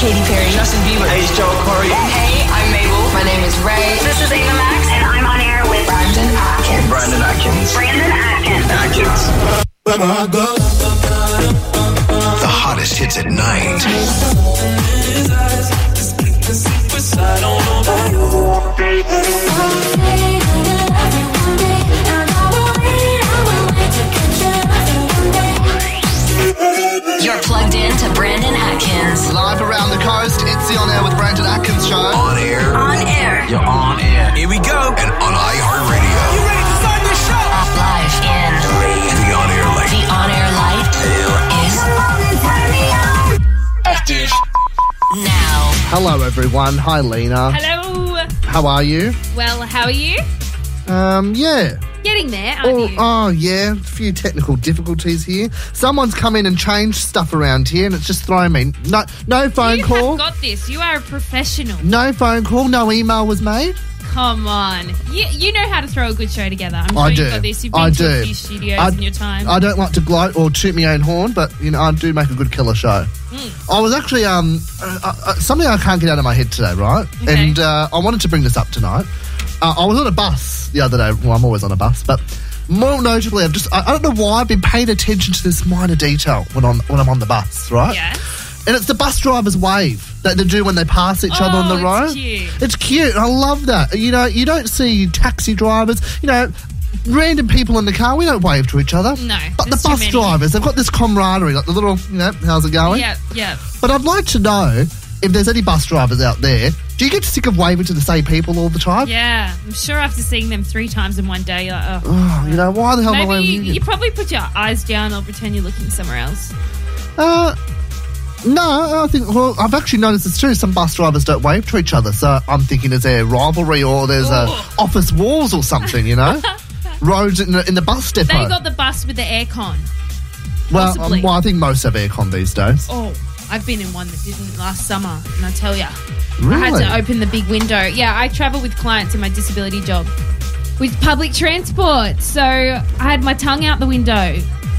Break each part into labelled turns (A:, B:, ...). A: Katy Perry.
B: Justin Bieber. Hey, it's Joe Corey.
C: Hey, I'm Mabel.
D: My name is Ray.
E: This is Ava Max, and I'm on air with
D: Brandon Atkins.
B: Brandon Atkins.
E: Brandon Atkins.
B: Atkins.
F: The hottest hits at night.
A: You're plugged in to Brandon Atkins.
G: Live around the coast, it's the On Air with Brandon Atkins show.
F: On air.
E: On air.
B: You're on air.
F: Here we go. And on iHeartRadio.
A: Live in
F: The on air
A: the
F: link.
A: on air light is now.
G: Hello, everyone. Hi, Lena.
H: Hello.
G: How are you?
H: Well, how are you?
G: Um, yeah.
H: Getting there, aren't
G: Oh,
H: you?
G: oh, yeah. A few technical difficulties here. Someone's come in and changed stuff around here, and it's just thrown me. No, no phone
H: you
G: call.
H: have got this. You are a professional.
G: no phone call. No email was made.
H: Come on. You, you know how to throw a good show together. I'm sure
G: I
H: you've
G: do.
H: got this. You've been
G: I
H: to
G: do.
H: a few studios
G: I,
H: in your time.
G: I don't like to gloat or toot my own horn, but you know I do make a good killer show.
H: Hmm.
G: I was actually um uh, uh, something I can't get out of my head today, right?
H: Okay.
G: And uh, I wanted to bring this up tonight. Uh, I was on a bus the other day. Well, I'm always on a bus, but more notably, I've just I, I don't know why I've been paying attention to this minor detail when on when I'm on the bus, right?
H: Yes.
G: And it's the bus driver's wave that they do when they pass each other on the
H: Oh,
G: road.
H: it's cute.
G: It's cute. I love that. You know, you don't see taxi drivers, you know, random people in the car. We don't wave to each other.
H: No,
G: But the
H: there's too
G: bus
H: many.
G: drivers, they've got this camaraderie, like the little, you know, how's it going?
H: Yep, yep.
G: But I'd like to know if there's any bus drivers out there, do you get sick of waving to the same people all the time?
H: Yeah. I'm sure after seeing them three times in one day, you're like, oh.
G: Oh, you know, why the hell am I
H: Maybe
G: waving?
H: you, you probably put your eyes down or pretend you're looking somewhere else.
G: Uh, no, I think. Well, I've actually noticed it's true. Some bus drivers don't wave to each other, so I'm thinking is there a rivalry or there's a
H: Ooh.
G: office walls or something, you know? Roads in the, in the bus depot.
H: They got the bus with the aircon.
G: well, um,
H: possibly.
G: well, I think most have aircon these days.
H: Oh, I've been in one that didn't last summer, and I tell ya, I had
G: Really?
H: to open the big window. Yeah, I travel with clients in my disability job with public transport, so I had my tongue out the window,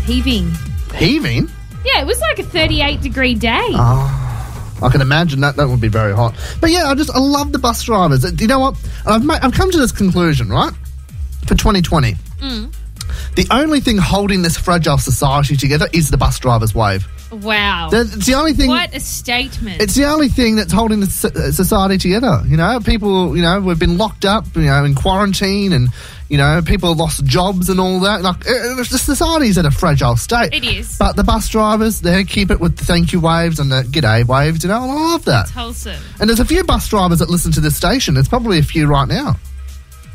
H: heaving.
G: Heaving.
H: Yeah, it was like a 38 degree day.
G: Ah. I can imagine that that would be very hot. But yeah, I just I love the bus drivers. Uh, Do you know what? And I've ma- I've come to this conclusion, right? For 2020,
H: Mm.
G: the only thing holding this fragile society together is the bus drivers' wave.
H: wow.
G: That- It's the only thing.
H: what a statement.
G: It's the only thing that's holding the so- uh, society together. You know, people, you know, we've been locked up, you know, in quarantine and, you know, people have lost jobs and all that. Like, uh, uh, the society's at a fragile state.
H: It is.
G: But the bus drivers, they keep it with the thank you waves and the g'day waves, you know, and I love that.
H: wholesome.
G: And there's a few bus drivers that listen to this station. There's probably a few right now.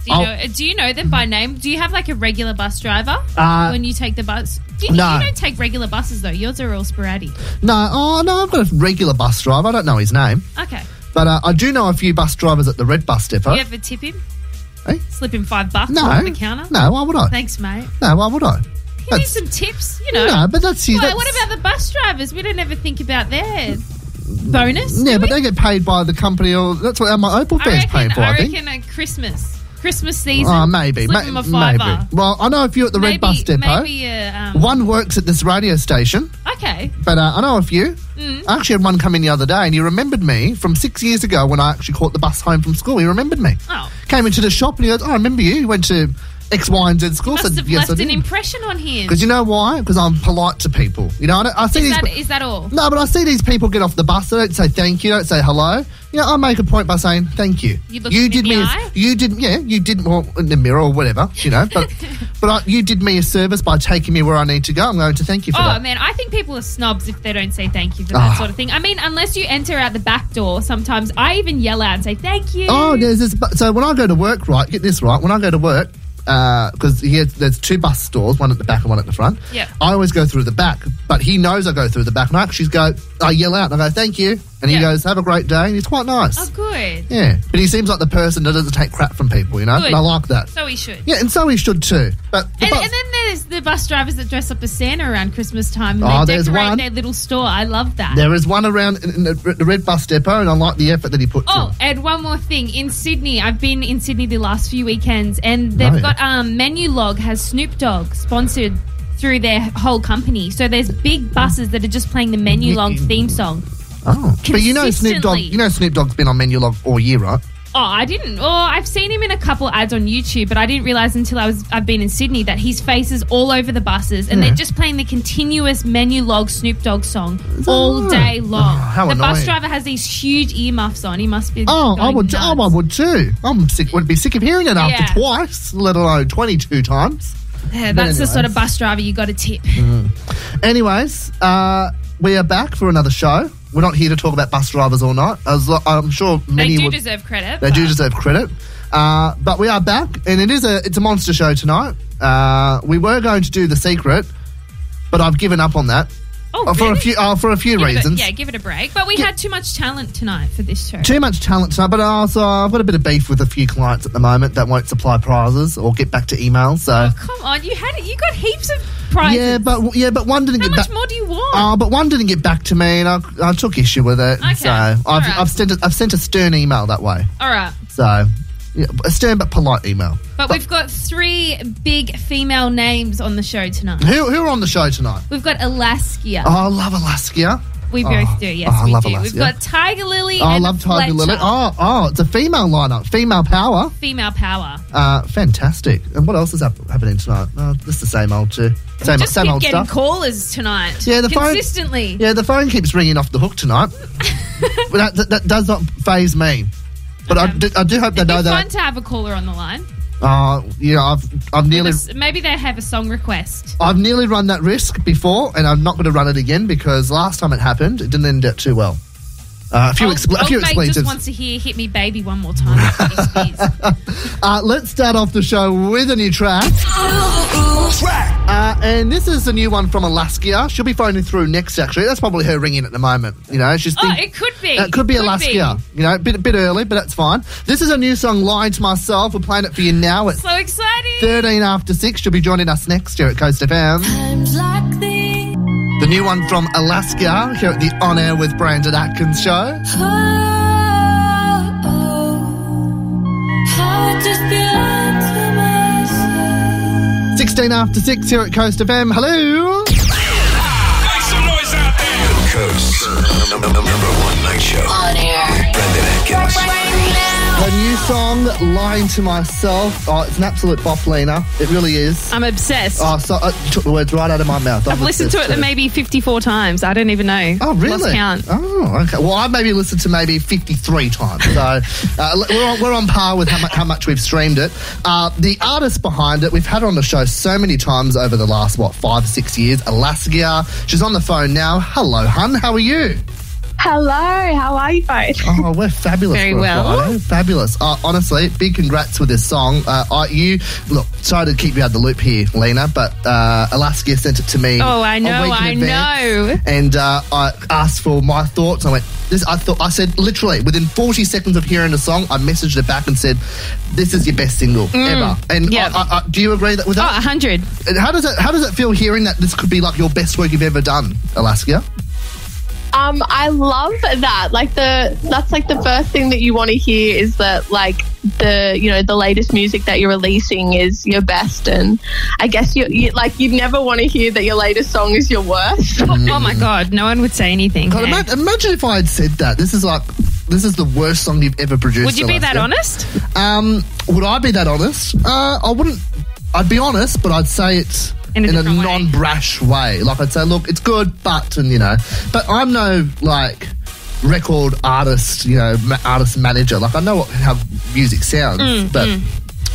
H: Do you,
G: I'll-
H: know, do you know them by name? Do you have like a regular bus driver
G: Uh,
H: when you take the bus? Do you,
G: no.
H: you don't take regular buses though. Yours are all sporadic.
G: No, oh, no, I've got a regular bus driver. I don't know his name.
H: Okay.
G: But uh, I do know a few bus drivers at the Red Bus Depot.
H: You ever tip him?
G: Eh?
H: Slip him five bucks
G: No.
H: off the counter?
G: No, why would I?
H: Thanks, mate.
G: no, why would I?
H: You need
G: That's-
H: some tips, you know.
G: No, but that's you.
H: Why,
G: that's-
H: what about the bus drivers? We don't ever think about their bonus.
G: Yeah,
H: do
G: but
H: we?
G: they get paid by the company, or that's what my Opal
H: I
G: fair's paying
H: reckon,
G: for. I,
H: I
G: think.
H: reckon at Christmas, Christmas season.
G: Oh, maybe,
H: slip
G: ma-
H: them a fiver.
G: maybe. Well, I know if you're at the
H: maybe,
G: Red Bus Depot.
H: Maybe, uh, um,
G: One works at this radio station,
H: Okay.
G: but uh, I know a few.
H: Mm.
G: I actually had one come in the other day, and he remembered me from six years ago when I actually caught the bus home from school. He remembered me.
H: Oh.
G: Came into the shop and he goes, "Oh, I remember you. You went to X, Y, and Z school." I
H: Must
G: said,
H: have
G: yes,
H: left
G: I
H: an
G: did."
H: impression on him.
G: Because you know why? Because I'm polite to people. You know, I, don't, I see
H: Is
G: these.
H: that,
G: pe-
H: is that all?
G: No, but I see these people get off the bus. They don't say thank you. Don't say hello. You know, I make a point by saying thank you.
H: You looked them
G: did
H: in
G: me.
H: the
G: a-
H: eye?
G: you did. Yeah, you did. Well, in the mirror or whatever. You know, but but I, you did me a service by taking me where I need to go. I'm going to thank you for
H: Oh
G: that.
H: man, I think people are snobs if they don't say thank you for that
G: Ah.
H: sort of thing. I mean, unless you enter out the back door, sometimes I even yell out and say thank you.
G: Oh, there's this. bu- So when I go to work, right? Get this right. When I go to work. uh, Because here there's two bus stores, one at the back and one at the front.
H: Yep.
G: I always go through the back, but he knows I go through the back, and I actually go, I yell out, and I go, "Thank you," and he
H: Yeah.
G: goes, "Have a great day," and he's quite nice.
H: Oh, good.
G: Yeah, but he seems like the person that doesn't take crap from people, you know.
H: Good.
G: And I like that.
H: So we should.
G: Yeah, and so he should too. But the
H: And,
G: bus-
H: and then there's the bus drivers that dress up as Santa around Christmas time. And
G: Oh,
H: they
G: there's
H: decorate
G: one.
H: their little store. I love that.
G: there is one around in in the, the Red Bus Depot, and I like the effort that he puts
H: Oh, and one more thing. In Sydney, I've been in Sydney the last few weekends, and they've
G: Oh, yeah.
H: got um, Menu Log has Snoop Dogg sponsored
G: Mm-hmm.
H: through their whole company. So there's big buses that are just playing the Menu Log theme song.
G: Oh, but you know Snoop Dogg.
H: Consistently.
G: You know Snoop Dogg's been on Menu Log all year, right?
H: Oh, I didn't. Oh, I've seen him in a couple ads on YouTube, but I didn't realize until I was I've been in Sydney that his face is all over the buses, and they're just playing the continuous menu log Snoop Dogg song all
G: right?
H: day long.
G: Oh, how
H: the bus
G: annoying.
H: driver has these huge earmuffs on. He must be.
G: Oh, I
H: going
G: would.
H: nuts.
G: Oh, I would too. I'm sick. Would be sick of hearing it after
H: Yeah.
G: twice, let alone twenty-two times.
H: Yeah, that's the
G: anyways.
H: sort of bus driver you got to tip.
G: Mm-hmm. Anyways, uh, we are back for another show. We're not here to talk about bus drivers all night. As lo- I'm sure many
H: They do
G: would.
H: deserve credit.
G: they do
H: but-
G: deserve credit. Uh, but we are back, and it is a it's a monster show tonight. Uh, we were going to do the secret, but I've given up on that
H: Oh,
G: Uh, for a
H: really?
G: few uh, for a few
H: Give it a-
G: reasons.
H: yeah, give it a break. But we had too much talent tonight for this show.
G: Too much talent tonight, but also I've got a bit of beef with a few clients at the moment that won't supply prizes or get back to emails. So
H: Oh, come on, you had it. You got heaps of prizes.
G: yeah, but yeah, but one didn't
H: how
G: get
H: much
G: back.
H: more do you want?
G: Oh, but one didn't get back to me, and I, I took issue with it.
H: Okay,
G: So I've,
H: all right.
G: I've sent a, I've sent a stern email that way.
H: All right.
G: So yeah, a stern but polite email.
H: But we've got three big female names on the show tonight.
G: Who who are on the show tonight?
H: We've got Alaskia.
G: Oh, I love Alaska.
H: we both do, yes,
G: oh, I
H: we
G: love
H: do. We've
G: Alaskia.
H: got Tiger Lily.
G: Oh, I
H: and
G: love Tiger
H: Fletcher.
G: Lily. Oh, oh, it's a female lineup, female power.
H: Female power.
G: Uh, fantastic. And what else is hap- happening tonight? Uh, just the same old, too. same,
H: Just
G: same
H: keep
G: old
H: getting
G: stuff.
H: callers tonight.
G: Yeah, the phone-
H: consistently.
G: Yeah, the phone keeps ringing off the hook tonight. but that, that, that does not phase me. But I,
H: Okay.
G: do, I do hope they
H: It'd be
G: know
H: fun
G: that.
H: to have a caller on the line.
G: Uh, yeah, I've I've nearly
H: Maybe they have a song request.
G: I've nearly run that risk before, and I'm not going to run it again because last time it happened, it didn't end out too well. Uh, a few
H: Old-
G: expl- a
H: old
G: few
H: mate
G: expletives.
H: Oh, just wants to hear "Hit Me, Baby" one more time. Yes, please.
G: Uh, let's start off the show with a new track. Uh, and this is a new one from Alaska. She'll be phoning through next, actually. That's probably her ringing at the moment. You know, she's
H: oh,
G: think-
H: it could be.
G: Uh, it could be Alaska. You know, a bit, bit early, but that's fine. This is a new song, Lying to Myself. We're playing it for you now. It's
H: So exciting.
G: 13 after 6. She'll be joining us next here at Coast FM. The new one from Alaska here at the On Air with Brandon Atkins show. Sixteen after six here at Coast FM. Hello.
C: Make some noise out there.
F: Coast. Number one night show.
A: On air.
F: Brendan Atkins.
G: Her new song, "Lying to Myself." Oh, it's an absolute bop, Lena. It really is.
D: I'm obsessed.
G: Oh, so I took the words right out of my mouth.
D: I've listened to it maybe 54 times. I don't even know.
G: Oh, really?
D: Lost count.
G: Oh, okay. Well, I maybe listened to maybe 53 times. So uh, l- we're, on, we're on par with how, mu- how much we've streamed it. Uh, the artist behind it, we've had her on the show so many times over the last, what, five, six years. Alaska. She's on the phone now. Hello, hun. How are you?
I: Hello, how are you both?
G: Oh, we're fabulous.
D: Very
G: for a
D: well.
G: Friday. Fabulous. Uh, honestly, big congrats with this song. Uh, I, you look sorry to keep you out of the loop here, Lena, but uh, Alaska sent it to me.
D: Oh, I
G: a
D: know,
G: week in
D: I
G: advance,
D: know.
G: And uh, I asked for my thoughts. I went. This, I thought. I said literally within 40 seconds of hearing the song, I messaged her back and said, "This is your best single ever." And
D: Mm, yeah.
G: I, I, I, do you agree that with
D: Oh,
G: that?
D: 100.
G: And how does it How does it feel hearing that this could be like your best work you've ever done, Alaska?
I: Um, I love that. Like the that's like the first thing that you want to hear is that like the you know the latest music that you're releasing is your best, and I guess you, you like you'd never want to hear that your latest song is your worst.
D: Oh, my God. No one would say anything.
G: God, ima- imagine if I had said that. This is like this is the worst song you've ever produced.
D: Would you be that
G: Alaska.
D: honest?
G: Um, would I be that honest? Uh, I wouldn't. I'd be honest, but I'd say it
D: In
G: in
D: a
G: a,
D: different way.
G: non-brash way. Like I'd say, look, it's good, but and you know, but I'm no like record artist, you know, ma- artist manager. Like I know what, how music sounds, but.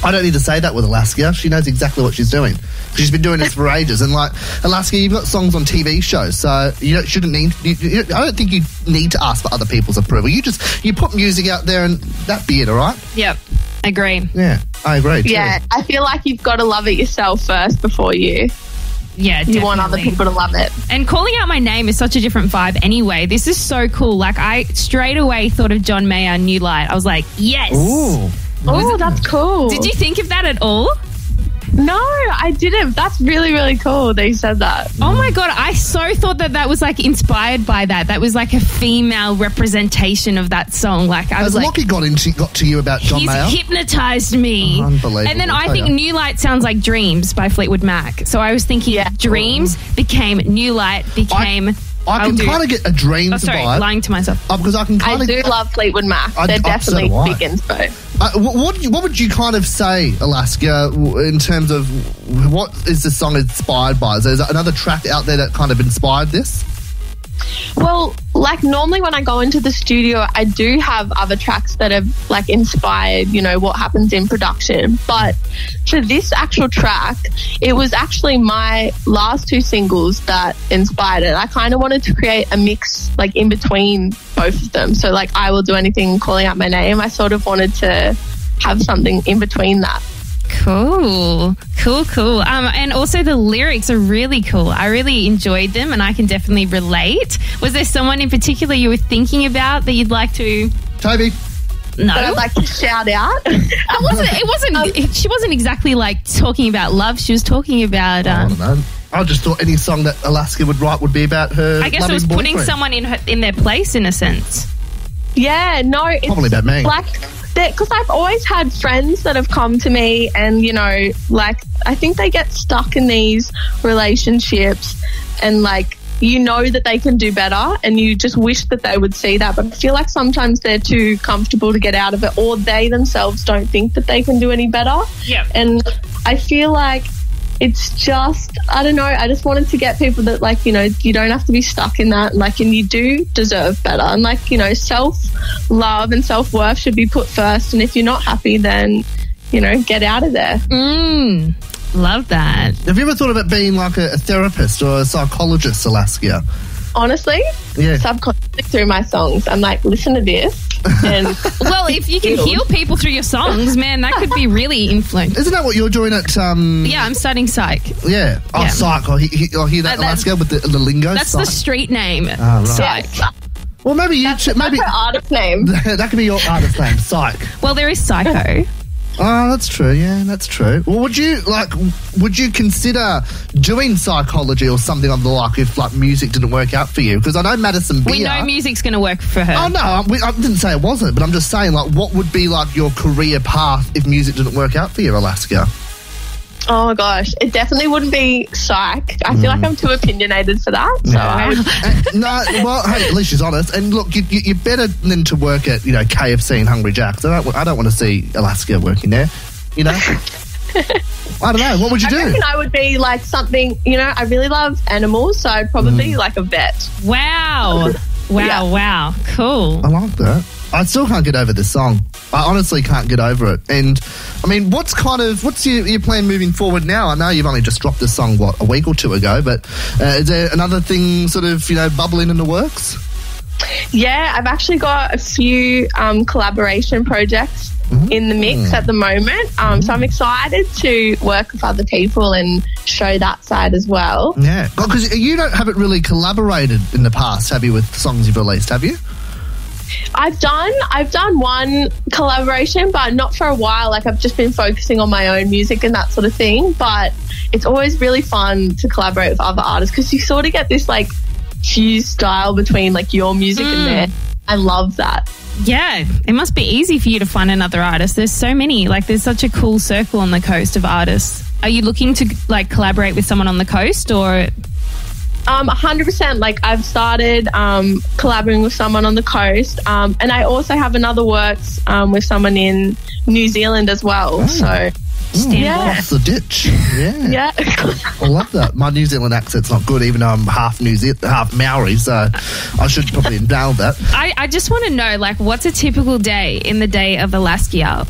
G: I don't need to say that with Alaska. She knows exactly what she's doing. She's been doing this for ages. And like Alaska, you've got songs on TV shows, so you don't, shouldn't need. You, you, I don't think you need to ask for other people's approval. You just you put music out there, and that be it. All right.
D: Yep. Agree.
G: Yeah, I agree. Too.
I: Yeah, I feel like you've got to love it yourself first before you
D: Yeah,
I: you want other
D: definitely.
I: people to love it.
D: And calling out my name is such a different vibe anyway. This is so cool. Like, I straight away thought of John Mayer, New Light. I was like, yes.
G: Ooh.
I: Oh, that's cool.
D: Did you think of that at all?
I: No, I didn't. That's really really cool that you said that.
D: Oh my god, I so thought that that was like inspired by that. That was like a female representation of that song. Like I
G: Has
D: was like,
G: Lockie got into got to you about John
D: he's
G: Mayer?
D: hypnotized me.
G: Unbelievable.
D: And then I
G: Oh,
D: think
G: yeah.
D: New Light sounds like Dreams by Fleetwood Mac. So I was thinking
I: Yeah.
D: Dreams became New Light became
G: I
H: I'll
G: can
H: do
G: kind
H: it.
G: of get a dream
H: Oh,
G: to
H: sorry,
G: vibe
H: lying to myself.
G: uh, because I can kind
I: I
G: of.
I: do love Fleetwood Mac.
G: I-
I: They're
G: I- so
I: definitely
G: do I.
I: big inspo.
G: Uh, wh- what do you- what would you kind of say, Alaska, w- in terms of what is the song inspired by? Is there another track out there that kind of inspired this?
I: Well, like normally when I go into the studio, I do have other tracks that have like inspired, you know, what happens in production. But for this actual track, it was actually my last two singles that inspired it. I kind of wanted to create a mix like in between both of them. So like I will do anything calling out my name. I sort of wanted to have something in between that.
H: Cool, cool, cool. Um, and also the lyrics are really cool. I really enjoyed them, and I can definitely relate. Was there someone in particular you were thinking about that you'd like to?
G: Toby,
H: No,
I: But I'd like to shout out.
H: I wasn't. It wasn't. she wasn't exactly like talking about love. She was talking about.
G: I don't
H: Um,
G: know. I just thought any song that Alaska would write would be about her.
H: I guess it
G: loving
H: was putting
G: boyfriend.
H: someone in her, in their place in a sense.
I: Yeah, no, it's
G: Probably about me.
I: Like, because I've always had friends that have come to me, and you know, like I think they get stuck in these relationships, and like you know that they can do better, and you just wish that they would see that. But I feel like sometimes they're too comfortable to get out of it, or they themselves don't think that they can do any better.
H: Yeah.
I: and I feel like. It's just, I don't know. I just wanted to get people that, like, you know, you don't have to be stuck in that. Like, and you do deserve better. And, like, you know, self love and self worth should be put first. And if you're not happy, then, you know, get out of there.
H: Mm, love that.
G: Have you ever thought about being like a, a therapist or a psychologist, Alaska?
I: Honestly,
G: Yeah.
I: subconsciously through my songs, I'm like, listen to this. And
H: Well, if you can heal people through your songs, man, that could be really influential.
G: Isn't that what you're doing at? Um,
H: Yeah, I'm studying psych.
G: yeah. Oh,
H: Yeah.
G: psych. I he, I hear that,
H: That- that's-
G: Alaska with the, the lingo.
H: That's the
G: psych. Ah,
H: street name.
G: right.
H: Psych.
G: well, maybe you. should maybe
I: her artist name.
G: that could be your artist name, psych.
H: Well, there is psycho.
G: Oh, that's true. Yeah, that's true. Well, would you like? Would you consider doing psychology or something of the like if like music didn't work out for you? Because I know Madison Beer.
H: We know music's going to work for her.
G: Oh no, I, we, I didn't say it wasn't, but I'm just saying like, what would be like your career path if music didn't work out for you, Alaska?
I: Oh my gosh. It definitely wouldn't be psych. I feel like I'm too opinionated for that. So I would.
G: Uh, no, well, hey, at least she's honest. And look, you, you, you're better than to work at you know KFC and Hungry Jack's. I don't, I don't want to see Alaska working there. You know, I don't know. What would you
I: I
G: do?
I: reckon I would be like something, you know, I really love animals, so I'd probably
G: Mm.
I: be like a vet.
H: Wow. Wow,
I: Yeah.
H: wow. Cool.
G: I like that. I still can't get over this song. I honestly can't get over it. And I mean, what's kind of what's your, your plan moving forward now? I know you've only just dropped this song what a week or two ago, but uh, is there another thing sort of you know bubbling in the works?
I: Yeah, I've actually got a few um, collaboration projects
G: Mm-hmm.
I: in the
G: Mm.
I: mix at the moment. Um, So I'm excited to work with other people and show that side as well.
G: Yeah, because you don't haven't really collaborated in the past, have you? With songs you've released, have you?
I: I've done I've done one collaboration, but not for a while. Like I've just been focusing on my own music and that sort of thing. But it's always really fun to collaborate with other artists because you sort of get this like fused style between like your music and theirs. I love that.
H: Yeah, it must be easy for you to find another artist. There's so many. Like, there's such a cool circle on the coast of artists. Are you looking to like collaborate with someone on the coast, or
I: Um, 100%. Like, I've started um, collaborating with someone on the coast. Um, and I also have another works um, with someone in New Zealand as well. So, yeah.
G: Cross the ditch. Yeah.
I: Yeah.
G: I love that. My New Zealand accent's not good, even though I'm half New Zealand, half Maori, so I should probably endow that.
H: I, I just want to know, like, what's a typical day in the day of Alaska?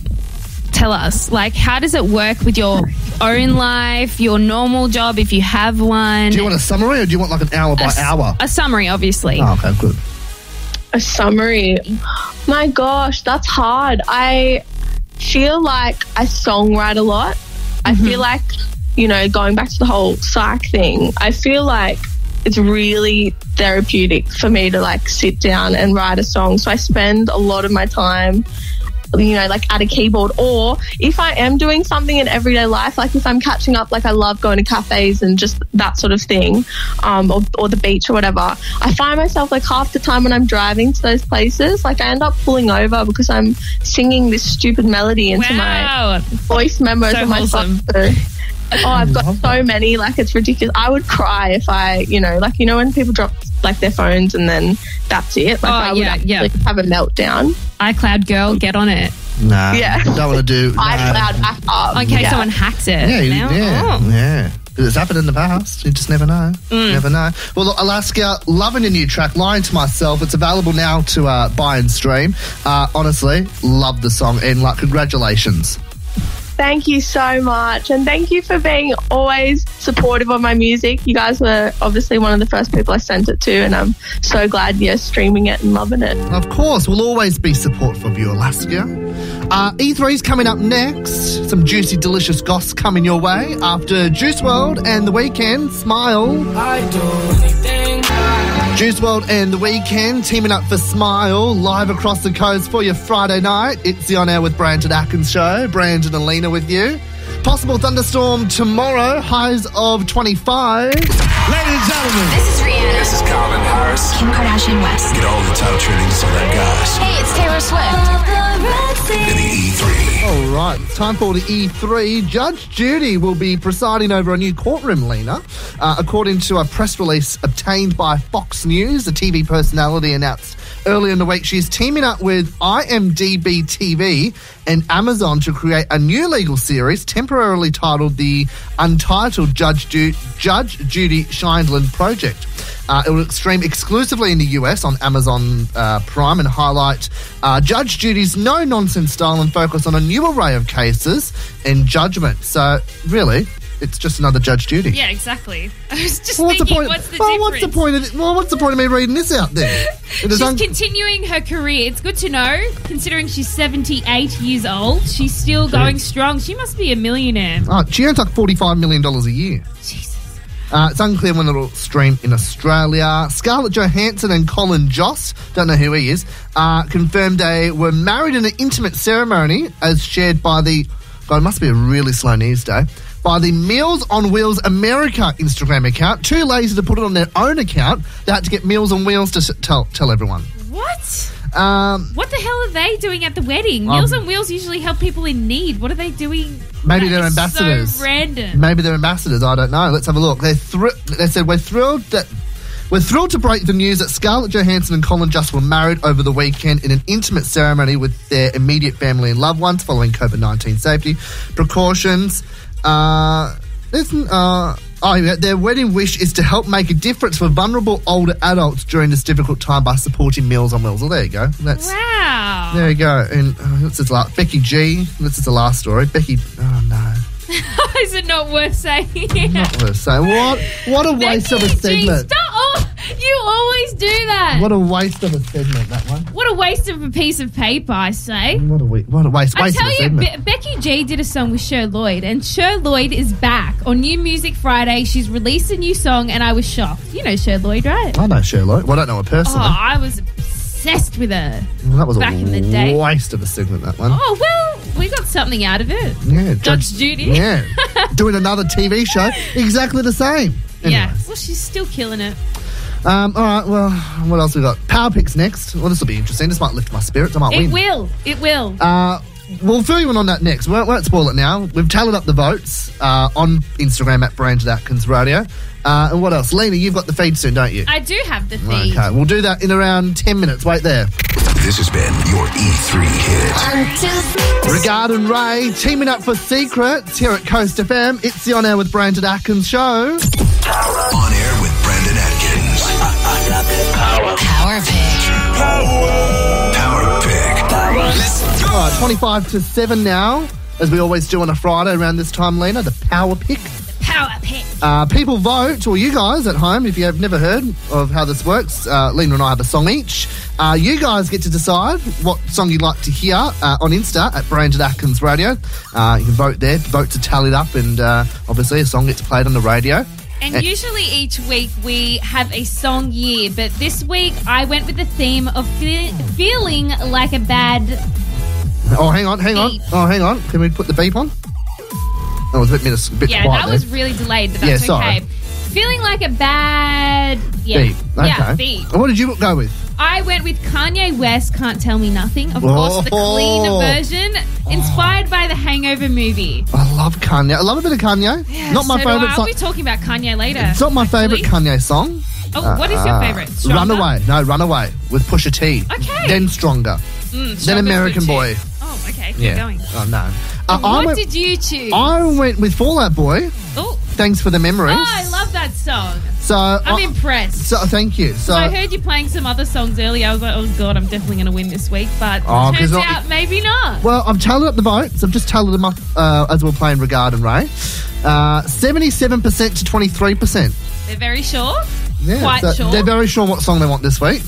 H: Tell us, like, how does it work with your own life, your normal job, if you have one?
G: Do you want a summary or do you want like an hour by
H: s-
G: hour?
H: A summary, obviously.
G: Oh, okay, good.
I: a summary. My gosh, that's hard. I feel like I songwrite a lot. I feel like, you know, going back to the whole psych thing, I feel like it's really therapeutic for me to like sit down and write a song. So I spend a lot of my time you know, like at a keyboard. Or if I am doing something in everyday life, like if I'm catching up, like I love going to cafes and just that sort of thing, um, or, or the beach or whatever, I find myself like half the time when I'm driving to those places, like I end up pulling over because I'm singing this stupid melody into my
H: Wow.
I: voice memos
H: So
I: and my
H: wholesome.
I: songs. Oh, I've got so many, like it's ridiculous. I would cry if I, you know, like you know when people drop like their phones and then that's it. Like
D: Oh,
I: I would
D: yeah, yeah.
I: actually have a meltdown.
D: iCloud girl, get on it.
G: Nah.
I: Yeah.
G: Don't want to do. nah.
I: iCloud back up.
D: Okay,
I: Yeah.
D: someone hacked it.
G: Yeah, you,
D: now.
G: yeah,
D: Oh.
G: yeah. 'Cause It's happened in the past. You just never know. Never know. Well, look, Alaska, loving your new track, Lying to Myself. It's available now to uh, buy and stream. Uh, honestly, love the song and like, congratulations.
I: Thank you so much. And thank you for being always supportive of my music. You guys were obviously one of the first people I sent it to, and I'm so glad you're streaming it and loving it.
G: Of course, we'll always be support for you, Alaska. Uh, E3's coming up next. Some juicy, delicious goss coming your way after Juice World and The Weekend. Smile. Juice World and The Weekend teaming up for Smile live across the coast for your Friday night. It's the On Air with Brandon Atkins show. Brandon and Lena with you. Possible thunderstorm tomorrow. Highs of 25.
J: Ladies and gentlemen,
A: This is Rihanna.
B: This is Calvin Harris.
A: Kim Kardashian West.
F: Get all the top trending celeb guys
A: Hey, it's Taylor Swift.
F: in the E3.
G: All right, it's time for the E3. Judge Judy will be presiding over a new courtroom, Lena. Uh, according to a press release obtained by Fox News, the TV personality announced earlier in the week she's teaming up with IMDb TV and Amazon to create a new legal series temporarily titled the Untitled Judge, Ju- Judge Judy Shindlin Project. Uh, it will stream exclusively in the US on Amazon uh, Prime and highlight uh, Judge Judy's no nonsense style and focus on a new array of cases and judgment. So, really, it's just another Judge Judy.
H: Yeah, exactly. I was just
G: Well,
H: thinking, what's the
G: well,
H: difference?
G: what's the point? Of, well, what's the point of me reading this out there? It is
H: She's
G: un-
H: continuing her career. It's good to know, considering she's 78 years old. She's still going strong. She must be a millionaire.
G: oh, she earns like forty-five million dollars a year.
H: Jesus.
G: Uh, it's unclear when it'll stream in Australia. Scarlett Johansson and Colin Joss, don't know who he is, uh, confirmed they were married in an intimate ceremony as shared by the. God, it must be a really slow news day. By the Meals on Wheels America Instagram account. Too lazy to put it on their own account. They had to get Meals on Wheels to s- tell, tell everyone.
H: What?
G: Um,
H: What the hell are they doing at the wedding?
G: Um,
H: Meals on Wheels usually help people in need. What are they doing?
G: Maybe
H: That
G: they're
H: is
G: ambassadors.
H: So random.
G: Maybe they're ambassadors. I don't know. Let's have a look. They're thr- they said we're thrilled that we're thrilled to break the news that Scarlett Johansson and Colin Just were married over the weekend in an intimate ceremony with their immediate family and loved ones following COVID nineteen safety precautions. Uh, isn't uh. Oh, yeah, their wedding wish is to help make a difference for vulnerable older adults during this difficult time by supporting Meals on Wheels. Well, there you go. That's
H: Wow.
G: there you go. And uh, this is like Becky G. This is the last story. Becky. Oh no.
H: is it not worth saying?
G: Not worth saying. What what a waste of a
H: Becky, gee,
G: segment.
H: stop. Oh, you always do that.
G: What a waste of a segment that one.
H: What a waste of a piece of paper, I say.
G: What a wa- what a Mm, waste
H: I
G: waste of
H: tell
G: a
H: you,
G: segment.
H: Be- Becky G did a song with Sher Lloyd, and Sher Lloyd is back on New Music Friday. She's released a new song, and I was shocked. You know Sher Lloyd, right?
G: I know Sherlock. Well, I don't know her
H: Oh,
G: personally.
H: I was obsessed with her.
G: Well, that was
H: back
G: a
H: in the day.
G: waste of a segment that one.
H: Oh well, we got something out of it.
G: yeah,
H: Judge Judy.
G: Yeah, doing another TV show exactly the same.
H: Yeah.
G: Anyways.
H: Well, she's still killing it.
G: Um. All right. Well, what else we got? Power picks next. Well, this will be interesting. This might lift my spirits. I might
H: It
G: win.
H: will. It will.
G: Uh, we'll fill you in on that next. We won't, won't spoil it now. We've tallied up the votes uh, on Instagram at Brandon Atkins Radio. Uh, and what else? Lena, you've got the feed soon, don't you?
H: I do have the feed.
G: Okay, we'll do that in around 10 minutes. Wait there.
F: This has been your E3 hit.
A: One, two, three.
G: Regard and Ray teaming up for Secrets here at Coast FM. It's the On Air with Brandon Atkins show.
F: On air with Brandon Atkins.
A: Power pick.
F: Power pick.
G: All right, 25 to 7 now, as we always do on a Friday around this time, Lena, the power pick.
H: Power pick.
G: Uh, people vote, or you guys at home, if you have never heard of how this works, uh, Lena and I have a song each. Uh, you guys get to decide what song you'd like to hear uh, on Insta at Brandon Atkins Radio. Uh, you can vote there, vote to tally it up, and uh, obviously a song gets played on the radio.
H: And usually each week we have a song year, but this week I went with the theme of fe- feeling like a bad.
G: Oh, hang on, hang on.
H: Beep.
G: Oh, hang on. Can we put the beep on? That was a bit, minus- a bit
H: Yeah,
G: quiet
H: that
G: there.
H: was really delayed, but that's
G: Yeah, sorry.
H: okay. Feeling like a bad. Yeah.
G: Beep. Okay.
H: Yeah, beep.
G: And What did you go with?
H: I went with Kanye West, Can't Tell Me Nothing. Of course, the
G: Oh.
H: clean version, inspired by the Hangover movie.
G: I love Kanye. I love a bit of Kanye. Not my
H: so do I.
G: favorite
H: I'll
G: song.
H: be talking about Kanye later.
G: It's not my
H: actually.
G: favorite Kanye song.
H: Oh, what is
G: Ah.
H: your favorite? Stronger?
G: Runaway. No, Runaway with Pusha T.
H: Okay.
G: Then Stronger.
H: Mm,
G: then
H: Strawberry
G: American
H: Fruit
G: Boy.
H: Tea. Oh, okay. Keep
G: Yeah.
H: going.
G: Oh, no. Uh, I,
H: what
G: went,
H: did you choose?
G: I went with Fallout Boy.
H: oh,
G: Thanks for the memories.
H: oh, I love that song.
G: So,
H: I'm
G: I-
H: impressed.
G: Oh, so uh, thank you. So,
H: I heard you playing some other songs earlier. I was like, oh god, I'm definitely going to win this week, but
G: Oh, 'cause
H: turns
G: not-
H: out maybe not.
G: well, I've tallied up the votes. I've just tallied them up uh, as we're playing Regard and Ray. Uh, 77% to 23%.
H: They're very sure.
G: Yeah,
H: Quite
G: so
H: sure.
G: They're very sure what song they want this week.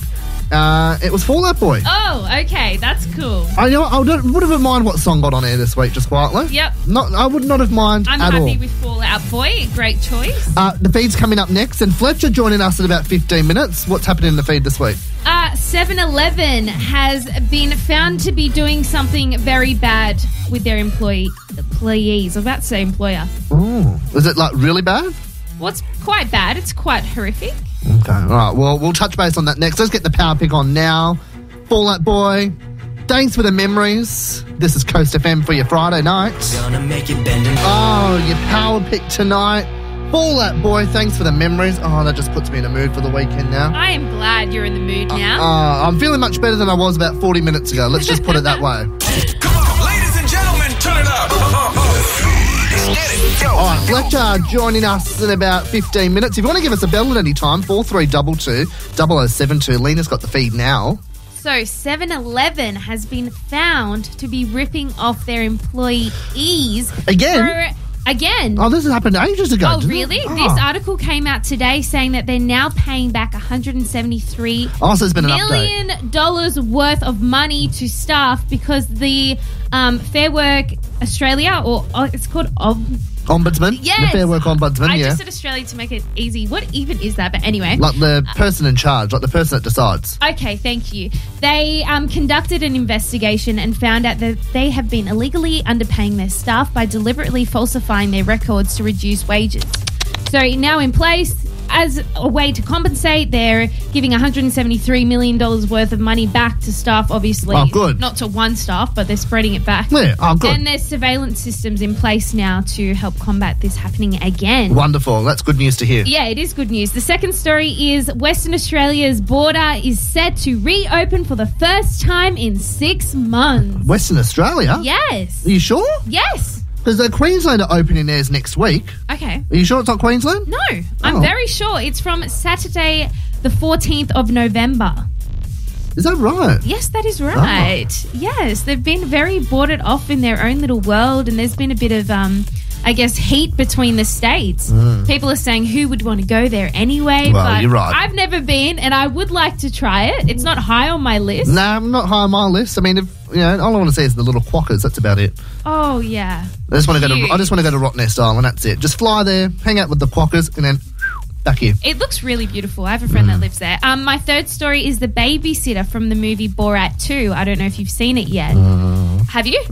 G: Uh, it was Fallout Boy.
H: Oh, okay, that's cool.
G: I know I don't, wouldn't have mind what song got on air this week, just quietly.
H: Yep.
G: Not, I would not have mind
H: I'm
G: at
H: happy
G: all.
H: with Fallout Boy. Great choice.
G: uh, the feed's coming up next, and Fletcher joining us in about 15 minutes. What's happening in the feed this week?
H: Uh, 7-Eleven has been found to be doing something very bad with their employee employees. I'm about to say employer.
G: Ooh. Is it like really bad?
H: What's quite bad? It's quite horrific.
G: Okay. All right. Well, we'll touch base on that next. Let's get the power pick on now. Fallout Boy. Thanks for the memories. This is Coast FM for your Friday night.
B: Gonna make it bend and
K: Uh,
G: Oh, your power pick tonight. Fallout Boy. Thanks for the memories. Oh, that just puts me in a mood for the weekend now.
H: I am glad you're in the mood now.
G: Uh, I'm feeling much better than I was about 40 minutes ago. Let's just put it that way.
C: Come on, ladies and gentlemen, turn it up. Let's get it. Yo.
G: All right, Fletcher joining us in about 15 minutes. If you want to give us a bell at any time, 4322 0072. Lena's got the feed now.
H: So 7-Eleven has been found to be ripping off their employees
G: Again?
H: for again.
G: Oh, this has happened ages ago.
H: Oh,
G: didn't it?
H: really?
G: Oh.
H: This article came out today saying that they're now paying back 173
G: Oh, so there's been an update.
H: million dollars worth of money to staff because the um, Fair Work Australia, or oh, it's called Om-
G: Ombudsman?
H: Yes.
G: The Fair Work Ombudsman,
H: I
G: yeah.
H: just said Australia to make it easy. What even is that? But anyway.
G: Like the person in charge, like the person that decides.
H: Okay, thank you. They um, conducted an investigation and found out that they have been illegally underpaying their staff by deliberately falsifying their records to reduce wages. So now in place, as a way to compensate, they're giving $173 million worth of money back to staff, obviously.
G: Oh, good.
H: Not to one staff, but they're spreading it back.
G: Yeah, oh, good.
H: And there's surveillance systems in place now to help combat this happening again.
G: Wonderful. That's good news to hear.
H: Yeah, it is good news. The second story is Western Australia's border is set to reopen for the first time in six months.
G: Western Australia?
H: Yes.
G: Are you sure?
H: Yes.
G: Because the Queenslander opening theirs next week.
H: Okay.
G: Are you sure it's not Queensland?
H: No, I'm
G: Oh.
H: very sure. It's from Saturday, the 14th of November.
G: Is that right?
H: Yes, that is right. Yes, they've been very boarded off in their own little world, and there's been a bit of, um, I guess, heat between the states. People are saying who would want to go there anyway.
G: Hmm. Well,
H: but
G: you're right.
H: I've never been, and I would like to try it. It's not high on my list.
G: No, I'm not high on my list. I mean, if, you know, all I want to say is the little quackers. That's about it.
H: Oh yeah.
G: I just want to go to. I
H: Cute.
G: just want to go to Rottnest Island. That's it. Just fly there, hang out with the quackers, and then back here.
H: It looks really beautiful. I have a friend
G: Hmm.
H: that lives there. Um, my third story is the babysitter from the movie Borat 2. I don't know if you've seen it yet.
G: Uh-huh.
H: have you?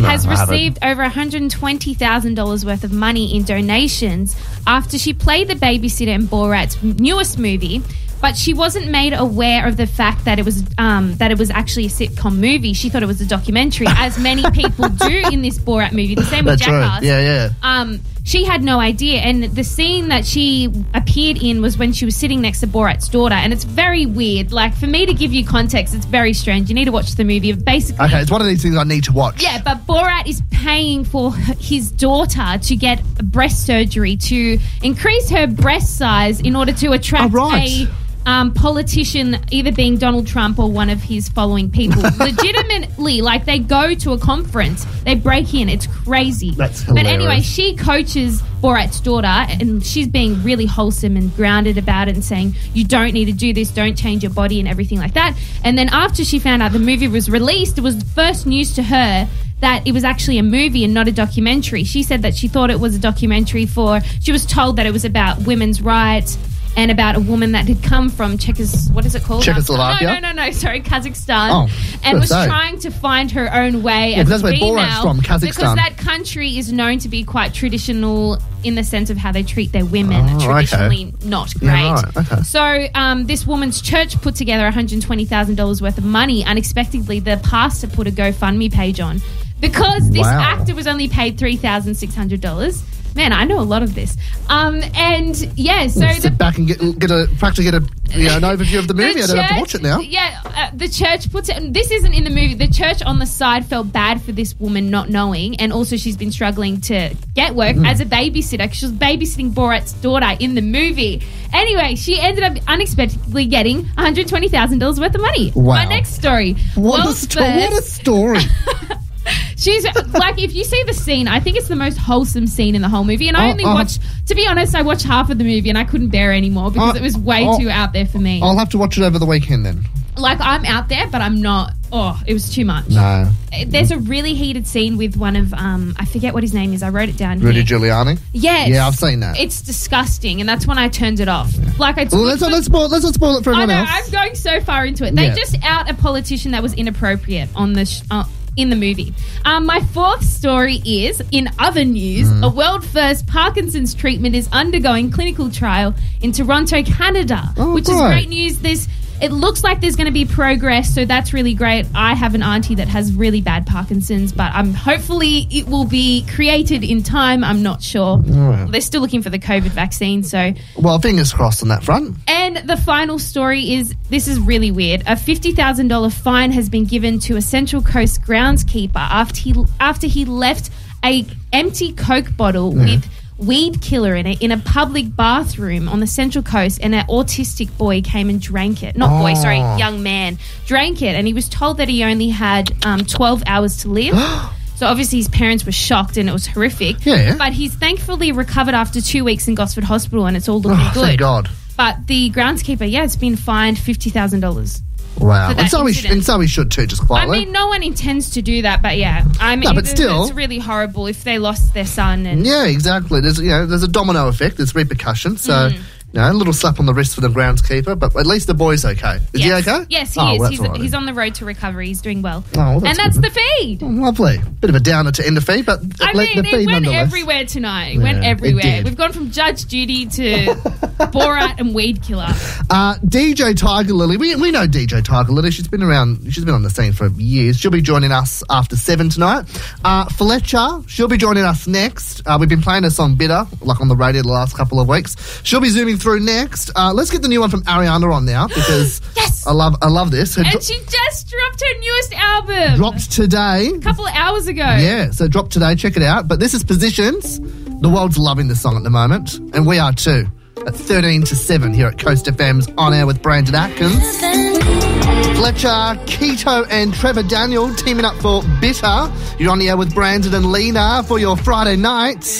H: Has received over $120,000 worth of money in donations after she played the babysitter in Borat's newest movie. But she wasn't made aware of the fact that it was um, that it was actually a sitcom movie. She thought it was a documentary, as many people do in this Borat movie. The same with
G: That's
H: Jackass.
G: right. Yeah, yeah.
H: um, she had no idea. And the scene that she appeared in was when she was sitting next to Borat's daughter. And it's very weird. Like, for me to give you context, it's very strange. You need to watch the movie. Basically,
G: Okay, it's one of these things I need to watch.
H: yeah, but Borat is paying for h- his daughter to get breast surgery to increase her breast size in order to attract
G: Oh, right.
H: a um, politician, either being Donald Trump or one of his following people. Legitimately, like they go to a conference, they break in. It's crazy.
G: That's
H: But anyway,
G: hilarious.
H: she coaches Borat's daughter, and she's being really wholesome and grounded about it and saying, You don't need to do this, don't change your body, and everything like that. And then after she found out the movie was released, it was the first news to her that it was actually a movie and not a documentary. She said that she thought it was a documentary for, she was told that it was about women's rights. And about a woman that had come from Czechos, what is it called?
G: Czechoslovakia?
H: No, no, no, no. Sorry, Kazakhstan,
G: Oh,
H: and was
G: USA.
H: trying to find her own way.
G: Yeah,
H: as
G: that's
H: a
G: where
H: female,
G: Borat's from, Kazakhstan.
H: Because that country is known to be quite traditional in the sense of how they treat their women.
G: Oh, okay.
H: traditionally, not great.
G: Yeah, right, okay.
H: So, um, this woman's church put together $120,000 worth of money. Unexpectedly, the pastor put a GoFundMe page on because this
G: Wow.
H: actor was only paid $3,600. Man, I know a lot of this. Um, and yeah, so the
G: Sit back and get get a practically get a you know, an overview of the movie. I don't have to watch it now.
H: Yeah, uh, the church puts it. and This isn't in the movie. The church on the side felt bad for this woman not knowing, and also she's been struggling to get work
G: Mm.
H: as a babysitter. 'cause She was babysitting Borat's daughter in the movie. Anyway, she ended up unexpectedly getting one hundred twenty thousand dollars worth of money.
G: Wow.
H: My next story.
G: What a,
H: World's
G: sto- what a
H: first-
G: story!
H: She's like, if you see the scene, I think it's the most wholesome scene in the whole movie. And I
G: Oh,
H: only
G: oh.
H: watched, to be honest, I watched half of the movie and I couldn't bear anymore because
G: Oh,
H: it was way
G: oh.
H: too out there for me.
G: I'll have to watch it over the weekend then.
H: Like, I'm out there, but I'm not. Oh, it was too much.
G: No,
H: There's a really heated scene with one of, um, I forget what his name is. I wrote it down.
G: Rudy
H: here.
G: Giuliani.
H: Yes.
G: Yeah, I've seen that.
H: It's disgusting, and that's when I turned it off. Like I.
G: Well, let's not let's spoil let's not spoil it for
H: I
G: everyone
H: know.
G: else.
H: I'm going so far into it. They
G: Yeah.
H: just out a politician that was inappropriate on the sh- uh, in the movie. Um, my fourth story is in other news:
G: Mm-hmm.
H: a world first Parkinson's treatment is undergoing clinical trial in Toronto, Canada,
G: Oh,
H: which is
G: great.
H: great news. This. It looks like there's going to be progress, so that's really great. I have an auntie that has really bad Parkinson's, but I'm hopefully it will be created in time. I'm not sure.
G: right.
H: They're still looking for the COVID vaccine, so
G: Well, fingers crossed on that front.
H: and the final story is this is really weird. A $50,000 fine has been given to a Central Coast groundskeeper after he after he left a empty Coke bottle with weed killer in it in a public bathroom on the Central Coast and an autistic boy came and drank it. Not boy, sorry,
G: Ah.
H: young man drank it and he was told that he only had um, 12 hours to live. So obviously his parents were shocked and it was horrific.
G: Yeah, yeah.
H: But he's thankfully recovered after two weeks in Gosford Hospital and it's all looking
G: Oh,
H: good.
G: thank God.
H: But the groundskeeper, yeah, it's been fined fifty thousand dollars.
G: Wow.
H: that
G: And so, we sh-
H: incident.
G: and so we should too, just
H: I
G: quietly.
H: mean, no one intends to do that, but yeah, I mean,
G: No, but
H: it's-
G: still-
H: it's really horrible if they lost their son. And
G: yeah, exactly. There's you know, there's a domino effect, there's repercussions. So
H: Hmm.
G: you know, a little slap on the wrist for the groundskeeper, but at least the boy's okay. Is
H: Yes.
G: he okay?
H: Yes, he
G: Oh, well,
H: is.
G: that's
H: He's,
G: all right
H: he's
G: then. Oh,
H: on the road to recovery. He's doing well.
G: well, that's
H: and that's
G: good.
H: the feed.
G: Lovely. Bit of a downer to end the feed, but
H: I
G: let
H: mean,
G: the
H: it
G: feed
H: went
G: nonetheless.
H: everywhere tonight. It went
G: Yeah, it
H: everywhere.
G: did.
H: We've gone from Judge Judy to Borat and Weed Killer.
G: Uh, DJ Tiger Lily, we, we know DJ Tiger Lily. She's been around. She's been on the scene for years. She'll be joining us after seven tonight. Uh, Fletcher, she'll be joining us next. Uh, we've been playing her song "Bitter" like on the radio the last couple of weeks. She'll be zooming through next. Uh, let's get the new one from Ariana on now because
H: Yes!
G: I love I love this. Her dro-
H: And she just dropped her newest album
G: dropped today.
H: a couple of hours ago.
G: Yeah, so dropped today. Check it out. But this is Positions. The world's loving this song at the moment, and we are too. At 13 to 7 here at Coast FM's On Air with Brandon Atkins. Fletcher, Keto, and Trevor Daniel teaming up for Bitter. You're on the air with Brandon and Lena for your Friday nights.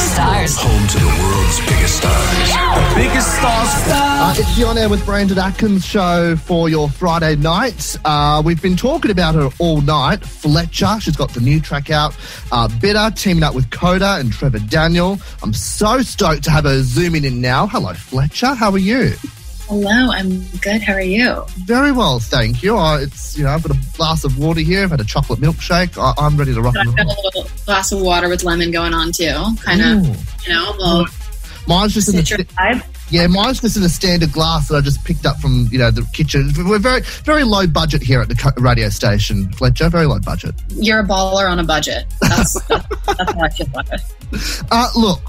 A: Stars.
F: Home to the world's biggest stars.
B: Biggest stars.
G: Uh, it's the On Air with Brandon Atkins show for your Friday night. Uh, we've been talking about her all night. Fletcher, she's got the new track out. Uh, Bitter, teaming up with Coda and Trevor Daniel. I'm so stoked to have her zooming in now. Hello, Fletcher. How are you?
J: Hello, I'm good. How are you?
G: Very well, thank you. Uh, it's you know I've got a glass of water here. I've had a chocolate milkshake. I- I'm ready to rock
J: I've
G: and
J: got a
G: roll.
J: little glass of water with lemon going on too. Kind
G: Ooh.
J: of, you know, well,
G: Mine's just in the
J: citrus vibe.
G: yeah, mine's just in a standard glass that I just picked up from you know the kitchen. We're very very low budget here at the co- radio station, Fletcher. Very low budget.
J: You're a baller on a budget. That's, that's how I feel about it.
G: Uh, look,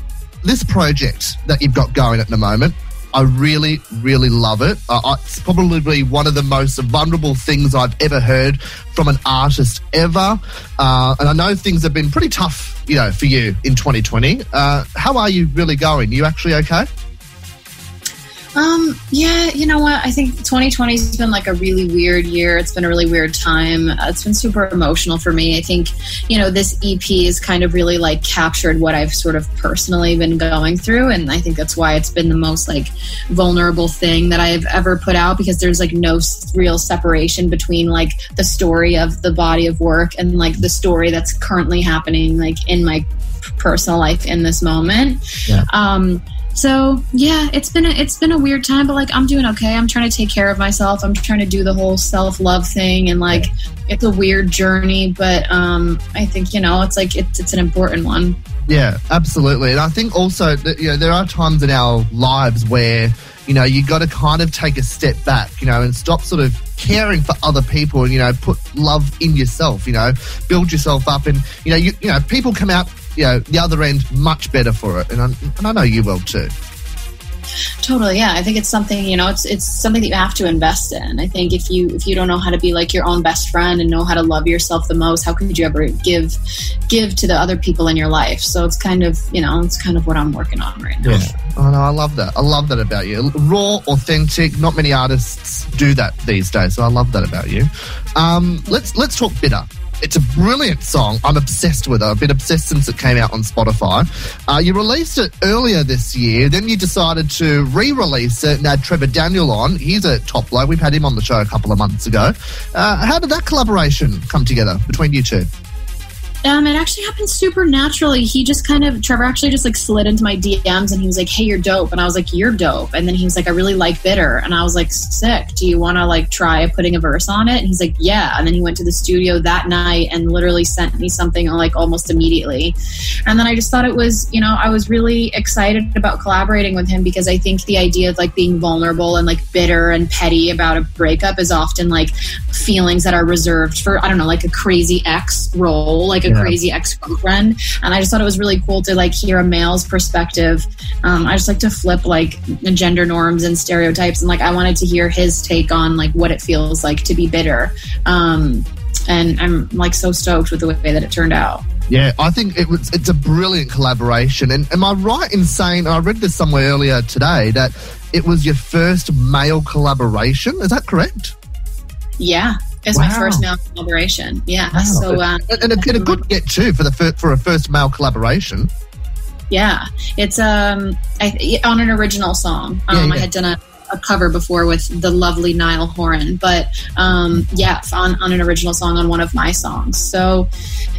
G: this project that you've got going at the moment, I really, really love it. Uh, I- it's probably one of the most vulnerable things I've ever heard from an artist ever. Uh, and I know things have been pretty tough, you know, for you in 2020. Uh, how are you really going? You actually okay?
J: Um, yeah, you know what? I think 2020 has been like a really weird year. It's been a really weird time. Uh, It's been super emotional for me. I think, you know, this EP is kind of really like captured what I've sort of personally been going through. And I think that's why it's been the most like vulnerable thing that I've ever put out because there's like no s- real separation between like the story of the body of work and like the story that's currently happening like in my p- personal life in this moment.
G: Yeah.
J: Um, so yeah, it's been a, it's been a weird time, but like I'm doing okay. I'm trying to take care of myself. I'm trying to do the whole self love thing, and like it's a weird journey, but um, I think you know it's like it's it's an important one.
G: Yeah, absolutely. And I think also that you know there are times in our lives where you know you got to kind of take a step back, you know, and stop sort of caring for other people and you know put love in yourself you know build yourself up and you know you, you know people come out you know the other end much better for it and I, and I know you will too
J: Totally, yeah. I think it's something you know. It's it's something that you have to invest in. I think if you if you don't know how to be like your own best friend and know how to love yourself the most, how could you ever give give to the other people in your life? So it's kind of you know it's kind of what I'm working on right now.
G: yeah oh no I love that I love that about you raw authentic not many artists do that these days so I love that about you um, let's let's talk bitter it's a brilliant song. I'm obsessed with it. I've been obsessed since it came out on Spotify. Uh, you released it earlier this year. Then you decided to re-release it and add Trevor Daniel on. He's a top bloke. We've had him on the show a couple of months ago. Uh, how did that collaboration come together between you two?
J: Um, it actually happened super naturally. He just kind of Trevor actually just like slid into my DMs and he was like, "Hey, you're dope," and I was like, "You're dope," and then he was like, "I really like bitter," and I was like, "Sick. Do you want to like try putting a verse on it?" And he's like, "Yeah," and then he went to the studio that night and literally sent me something like almost immediately, and then I just thought it was you know I was really excited about collaborating with him because I think the idea of like being vulnerable and like bitter and petty about a breakup is often like feelings that are reserved for I don't know like a crazy ex role like a
G: Yeah.
J: crazy ex girlfriend. And I just thought it was really cool to like hear a male's perspective. Um, I just like to flip like gender norms and stereotypes, and like I wanted to hear his take on like what it feels like to be bitter. Um, and I'm like so stoked with the way that it turned out.
G: Yeah, I think it was. It's a brilliant collaboration. And am I right in saying I read this somewhere earlier today that it was your first male collaboration? Is that correct?
J: Yeah. It's my
G: Wow.
J: first male collaboration. Yeah. So, um,
G: and, and, a, and a good get too for the fir- for a first male collaboration.
J: Yeah, it's um I, on an original song. Um,
G: Yeah, yeah.
J: I had done a, a cover before with the lovely Niall Horan, but um, yeah, on on an original song on one of my songs. So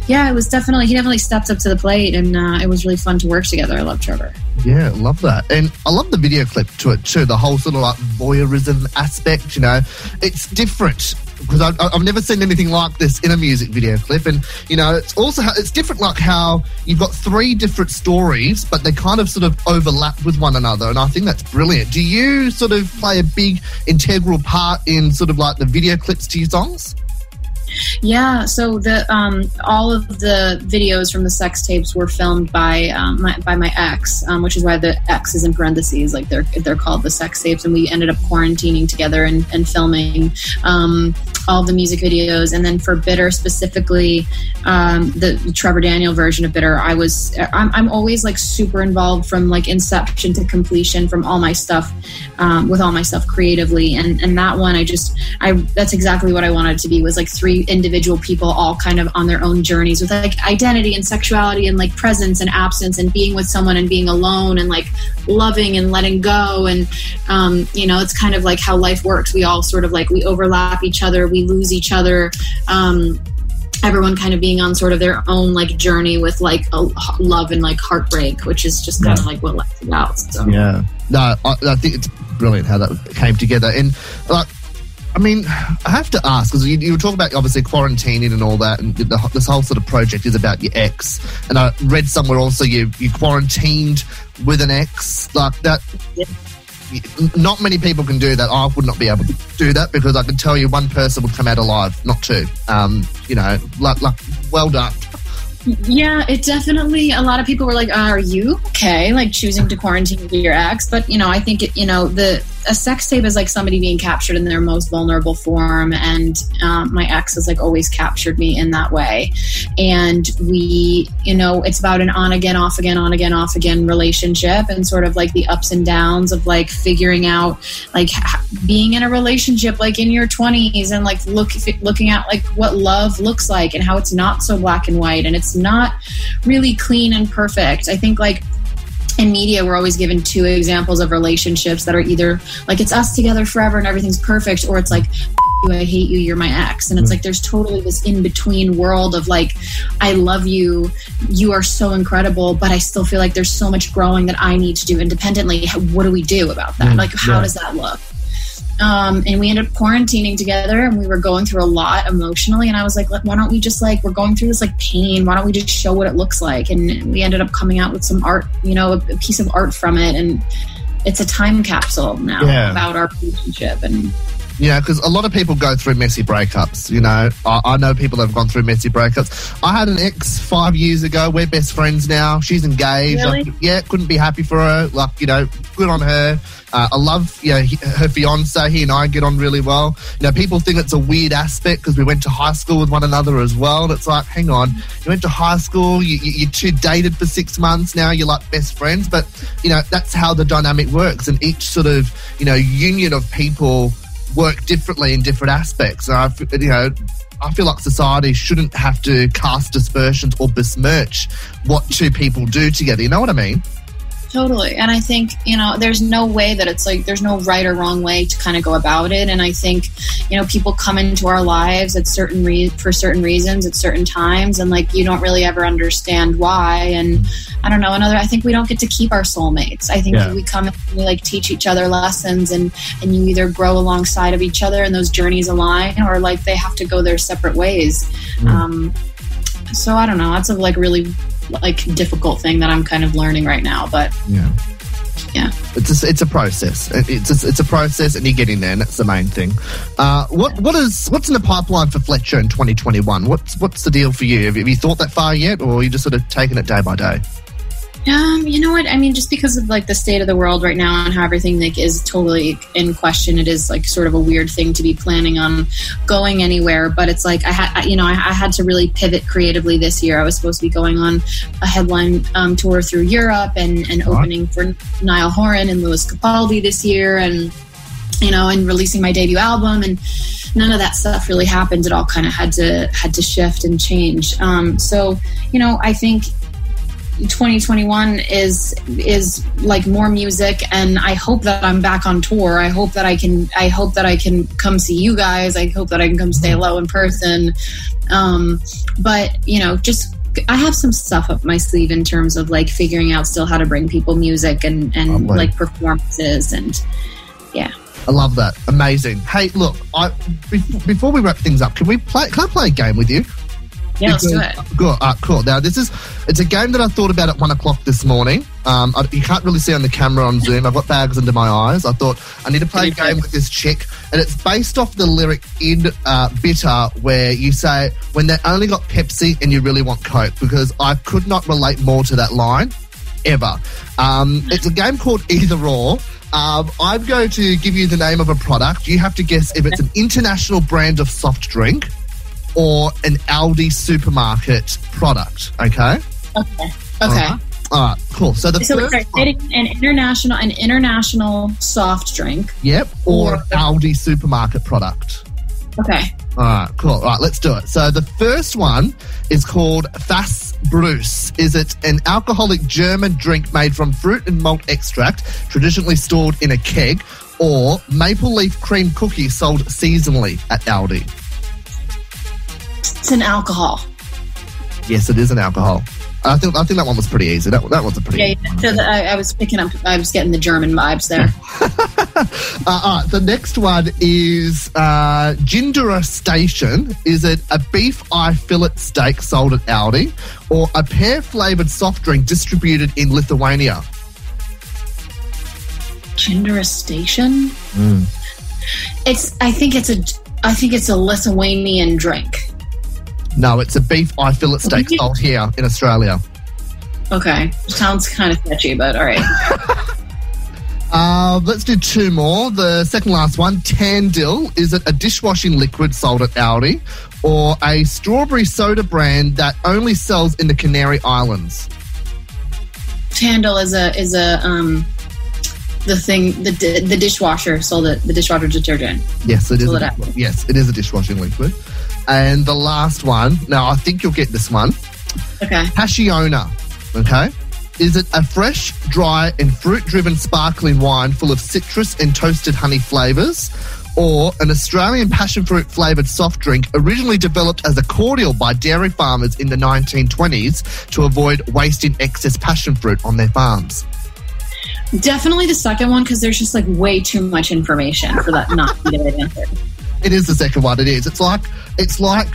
J: yeah, it was definitely he definitely stepped up to the plate, and uh, it was really fun to work together. I love Trevor.
G: Yeah, love that. And I love the video clip to it too, the whole sort of like voyeurism aspect, you know. It's different because I've, I've never seen anything like this in a music video clip. And, you know, it's also, it's different like how you've got three different stories, but they kind of sort of overlap with one another. And I think that's brilliant. Do you sort of play a big integral part in sort of like the video clips to your songs?
J: Yeah, so the um, all of the videos from the sex tapes were filmed by um, my, by my ex, um, which is why the X is in parentheses. Like they're they're called the sex tapes, and we ended up quarantining together and, and filming um, all the music videos. And then for Bitter specifically, um, the Trevor Daniel version of Bitter, I was I'm, I'm always like super involved from like inception to completion from all my stuff um, with all my stuff creatively. And and that one, I just I that's exactly what I wanted it to be was like three individual people all kind of on their own journeys with like identity and sexuality and like presence and absence and being with someone and being alone and like loving and letting go and um, you know it's kind of like how life works we all sort of like we overlap each other we lose each other um, everyone kind of being on sort of their own like journey with like a, love and like heartbreak which is just kind of like what life's about so
G: Yeah. No, I, I think it's brilliant how that came together. And, like, I mean, I have to ask because you, you were talking about obviously quarantining and all that, and the, this whole sort of project is about your ex. And I read somewhere also you you quarantined with an ex like that. Not many people can do that. I would not be able to do that because I can tell you one person would come out alive, not two. Um, you know, like, like well done.
J: Yeah, it definitely. A lot of people were like, "Are you okay?" Like choosing to quarantine with your ex, but you know, I think it, you know the a sex tape is like somebody being captured in their most vulnerable form, and um, my ex has like always captured me in that way. And we, you know, it's about an on again, off again, on again, off again relationship, and sort of like the ups and downs of like figuring out like h- being in a relationship like in your 20s and like look looking at like what love looks like and how it's not so black and white and it's not really clean and perfect i think like in media we're always given two examples of relationships that are either like it's us together forever and everything's perfect or it's like "F- you, I hate you, you're my ex. And it's like there's totally this in between world of like, I love you, you are so incredible, but I still feel like there's so much growing that I need to do independently. How- What do we do about that? like, how does that look? um, and we ended up quarantining together and we were going through a lot emotionally and i was like "Let- why don't we just like we're going through this like pain why don't we just show what it looks like and we ended up coming out with some art you know a, a piece of art from it and it's a time capsule now
G: Yeah.
J: about our relationship and
G: You know, because a lot of people go through messy breakups. You know, I, I know people that have gone through messy breakups. I had an ex five years ago. We're best friends now. She's engaged.
I: Really?
G: I- yeah, couldn't be happy for her. Like, you know, good on her. Uh, I love, you know, he, her fiance. He and I get on really well. You know, people think it's a weird aspect because we went to high school with one another as well. And it's like, hang on, you went to high school, you, you, you two dated for six months, now you're like best friends. But, you know, that's how the dynamic works. And each sort of, you know, union of people work differently in different aspects. And I, f- you know, I feel like society shouldn't have to cast dispersions or besmirch what two people do together. You know what I mean?
J: Totally. And I think, you know, there's no way that it's like, there's no right or wrong way to kind of go about it. And I think, you know, people come into our lives at certain re- for certain reasons at certain times. And like, you don't really ever understand why. And I don't know, another, I think we don't get to keep our soulmates. I think
G: Yeah.
J: we come and we like teach each other lessons and, and you either grow alongside of each other and those journeys align or like they have to go their separate ways. Um, so I don't know. That's a like really like difficult thing that I'm kind of learning right now, but
G: Yeah.
J: Yeah.
G: It's a, it's a process. It- It's a, it's a process, and you're getting there. And that's the main thing. Uh, what what is what's in the pipeline for Fletcher in 2021? What's what's the deal for you? Have you have you thought that far yet, or are you just sort of taking it day by day?
J: Um, you know what? I mean, just because of like the state of the world right now and how everything like is totally in question, it is like sort of a weird thing to be planning on going anywhere. But it's like I had, you know, I, I had to really pivot creatively this year. I was supposed to be going on a headline um, tour through Europe and and
G: Right.
J: opening for Niall Horan and Louis Capaldi this year, and you know, and releasing my debut album and none of that stuff really happened. It all kind of had to had to shift and change. Um, so you know, I think 2021 is is like more music, and I hope that I'm back on tour. I hope that I can. I hope that I can come see you guys. I hope that I can come stay low in person. Um, but you know, just. I have some stuff up my sleeve in terms of like figuring out still how to bring people music and and
G: Lovely.
J: like performances and
G: I love that. Amazing. Hey, look, I bef- before we wrap things up, can we play? Can I play a game with you?
J: yeah, let's do it.
G: Because- Good, uh, cool. Now this is it's a game that I thought about at one o'clock this morning. Um, I, you can't really see on the camera on Zoom. I've got bags under my eyes. I thought I need to play a game with this chick, and it's based off the lyric in uh, "Bitter," where you say, "When they only got Pepsi and you really want Coke," because I could not relate more to that line ever. Um, it's a game called Either Or. Um, I'm going to give you the name of a product. You have to guess if it's an international brand of soft drink or an Aldi supermarket product. Okay.
J: Okay.
G: All right. Cool. So the
J: So
G: first
J: it's like
G: one-
J: getting an international an international soft drink.
G: yep, or an
J: Yeah.
G: Aldi supermarket product.
J: Okay.
G: All right. Cool. All right. Let's do it. So the first one is called Fass Bruce. Is it an alcoholic German drink made from fruit and malt extract, traditionally stored in a keg, or maple leaf cream cookie sold seasonally at Aldi?
J: It's an alcohol.
G: Yes, it is an alcohol. I think I think that one was pretty easy. That that was a pretty
J: Yeah,
G: easy
J: yeah. So the, I, I was picking up I was getting the German vibes there.
G: Uh, all right, the next one is uh, Gindera Station. Is it a beef eye fillet steak sold at Aldi or a pear flavoured soft drink distributed in Lithuania?
J: Gindera station?
G: Hmm.
J: It's I think it's a I think it's a Lithuanian drink.
G: No, it's a beef eye fillet steak sold here in Australia.
J: Okay. Sounds kind of sketchy, but all right.
G: Uh, let's do two more. The second last one, Tandil. Is it a dishwashing liquid sold at Aldi or a strawberry soda brand that only sells in the Canary Islands?
J: Tandil is a is a um the thing the di- the dishwasher sold it the dishwasher detergent.
G: Yes, it is.
J: Pull
G: A
J: it out.
G: dishwa- yes, it is a dishwashing liquid. And the last one. Now, I think you'll get this one.
J: Okay.
G: Passiona. Okay. Is it a fresh, dry, and fruit-driven sparkling wine full of citrus and toasted honey flavors, or an Australian passion fruit flavored soft drink originally developed as a cordial by dairy farmers in the 1920s to avoid wasting excess passion fruit on their farms?
J: Definitely the second one because there's just like way too much information for that not to be the right answer.
G: It is the second one. It is. It's like it's like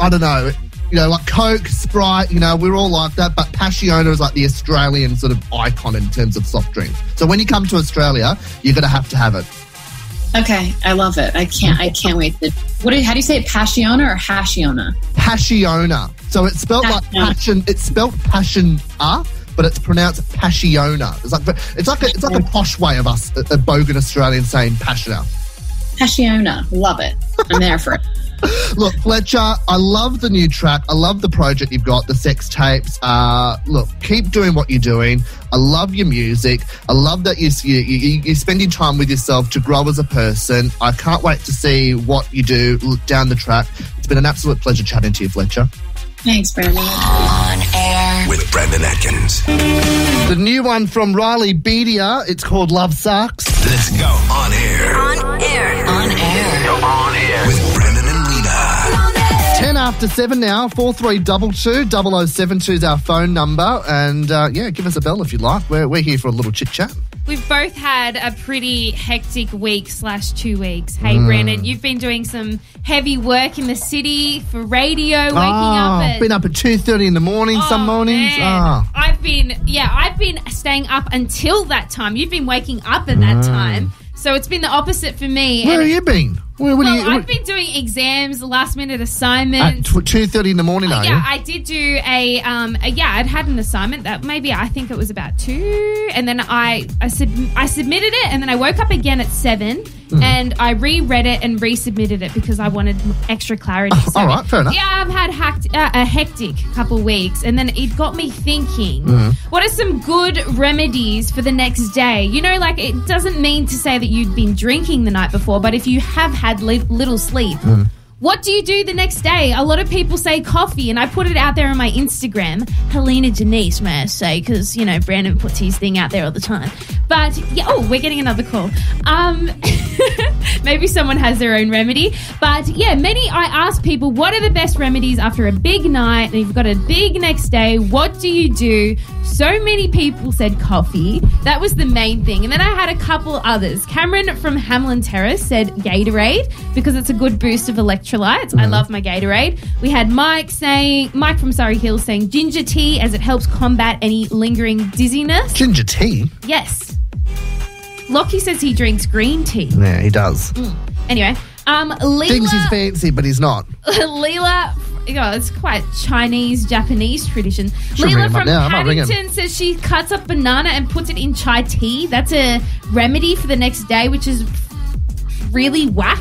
G: I don't know. You know, like Coke, Sprite. You know, we're all like that. But Passiona is like the Australian sort of icon in terms of soft drink. So when you come to Australia, you're gonna have to have it.
J: Okay, I love it. I can't. I can't wait. To, what? Do, how do you say it? Passiona or Hashiona?
G: Passiona. So it's spelled like
J: Passion.
G: passion. It's spelled passion ah, but it's pronounced passiona. It's like it's like a, it's like a posh way of us, a, a bogan Australian saying passiona.
J: Hashiona. Love it. I'm there for it.
G: Look, Fletcher, I love the new track. I love the project you've got, the sex tapes. Uh, look, keep doing what you're doing. I love your music. I love that you, you, you, you're spending time with yourself to grow as a person. I can't wait to see what you do l- down the track. It's been an absolute pleasure chatting to you, Fletcher.
J: Thanks, Brandon.
F: with Brandon Atkins.
G: The new one from Riley Bedia, it's called Love Sucks.
F: Let's go on air
A: On air. On air.
F: with Brandon and Lena.
G: 10 after 7 now, 4322 0072 is our phone number. And uh, yeah, give us a bell if you'd like. We're, we're here for a little chit chat.
H: We've both had a pretty hectic week slash two weeks. Hey,
G: Mm.
H: Brandon, you've been doing some heavy work in the city for radio, waking up
G: Ah,
H: at
G: been up at two thirty in the morning some
H: Oh,
G: mornings.
H: man.
G: Ah,
H: I've been yeah, I've been staying up until that time. You've been waking up at that time. So it's been the opposite for me.
G: Mm. where have
H: And-
G: you been? Where, what
H: well,
G: are you?
H: I've been doing exams, last
G: at
H: minute assignments.
G: two thirty in the morning, are
H: Oh, yeah,
G: you?
H: I did do a um a- yeah, I'd had an assignment that maybe I think it was about 2 and then I I, sub- I submitted it and then I woke up again at 7 and I reread it and resubmitted it because I wanted m- extra clarity. So
G: All right, fair enough.
H: yeah, I've had hacked, uh, a hectic couple weeks, and then it got me thinking.
G: Mm-hmm.
H: What are some good remedies for the next day? You know, like it doesn't mean to say that you'd been drinking the night before, but if you have had li- little sleep.
G: Mm-hmm.
H: What do you do the next day? A lot of people say coffee, and I put it out there on my Instagram. Helena Janice, may I say, because, you know, Brandon puts his thing out there all the time. But, yeah, oh, we're getting another call. Um, maybe someone has their own remedy. But, yeah, many, I ask people, what are the best remedies after a big night? And you've got a big next day. What do you do? So many people said coffee. That was the main thing. And then I had a couple others. Cameron from Hamlin Terrace said Gatorade because it's a good boost of electrolytes. I love my Gatorade. We had Mike saying, Mike from Surrey Hills saying ginger tea as it helps combat any lingering dizziness.
G: Ginger tea.
H: Yes. Lockie says he drinks green tea.
G: Yeah, he does.
H: Mm. Anyway, um, Leela,
G: Thinks he's fancy, but he's not.
H: Leela, oh, it's quite Chinese Japanese tradition.
G: Should ring
H: Leela
G: him up
H: from
G: now. I might ring him.
H: Paddington says she cuts up banana and puts it in chai tea. That's a remedy for the next day, which is really whack.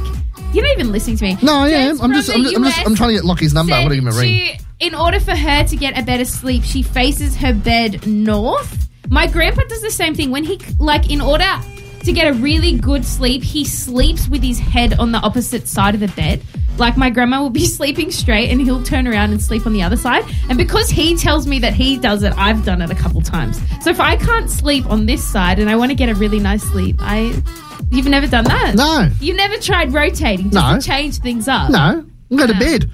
H: You're not even listening to me.
G: No, I
H: James
G: am. I'm
H: from
G: just, I'm
H: the
G: just, I'm just,
H: US
G: I'm trying to get Lockie's number. I
H: said
G: want to give him a ring.
H: she- in order for her to get a better sleep, she faces her bed north. My grandpa does the same thing. When he, like, in order to get a really good sleep, he sleeps with his head on the opposite side of the bed. Like, my grandma will be sleeping straight and he'll turn around and sleep on the other side. And because he tells me that he does it, I've done it a couple times. So if I can't sleep on this side and I want to get a really nice sleep, I. You've never done that?
G: No,
H: You never tried rotating just
G: No.
H: to change things up?
G: no. I'm going to
H: Yeah.
G: bed.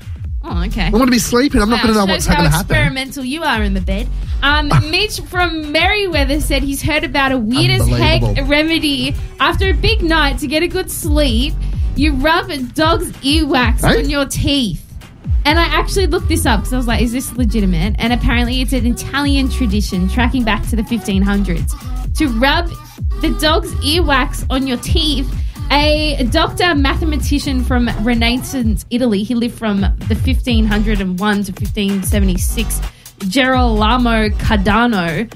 H: Oh, okay.
G: I'm going to be sleeping. I'm not going to know
H: Wow,
G: what's
H: shows how
G: going to happen.
H: experimental you are in the bed. Um, Mitch from Merriweather said he's heard about a weird as heck
G: Unbelievable.
H: remedy after a big night to get a good sleep. You rub a dog's earwax
G: Hey?
H: on your teeth. And I actually looked this up because I was like, is this legitimate? And apparently it's an Italian tradition tracking back to the 1500s to rub the dog's earwax on your teeth. A doctor mathematician from Renaissance Italy, he lived from the 1501 to 1576, Gerolamo Cardano,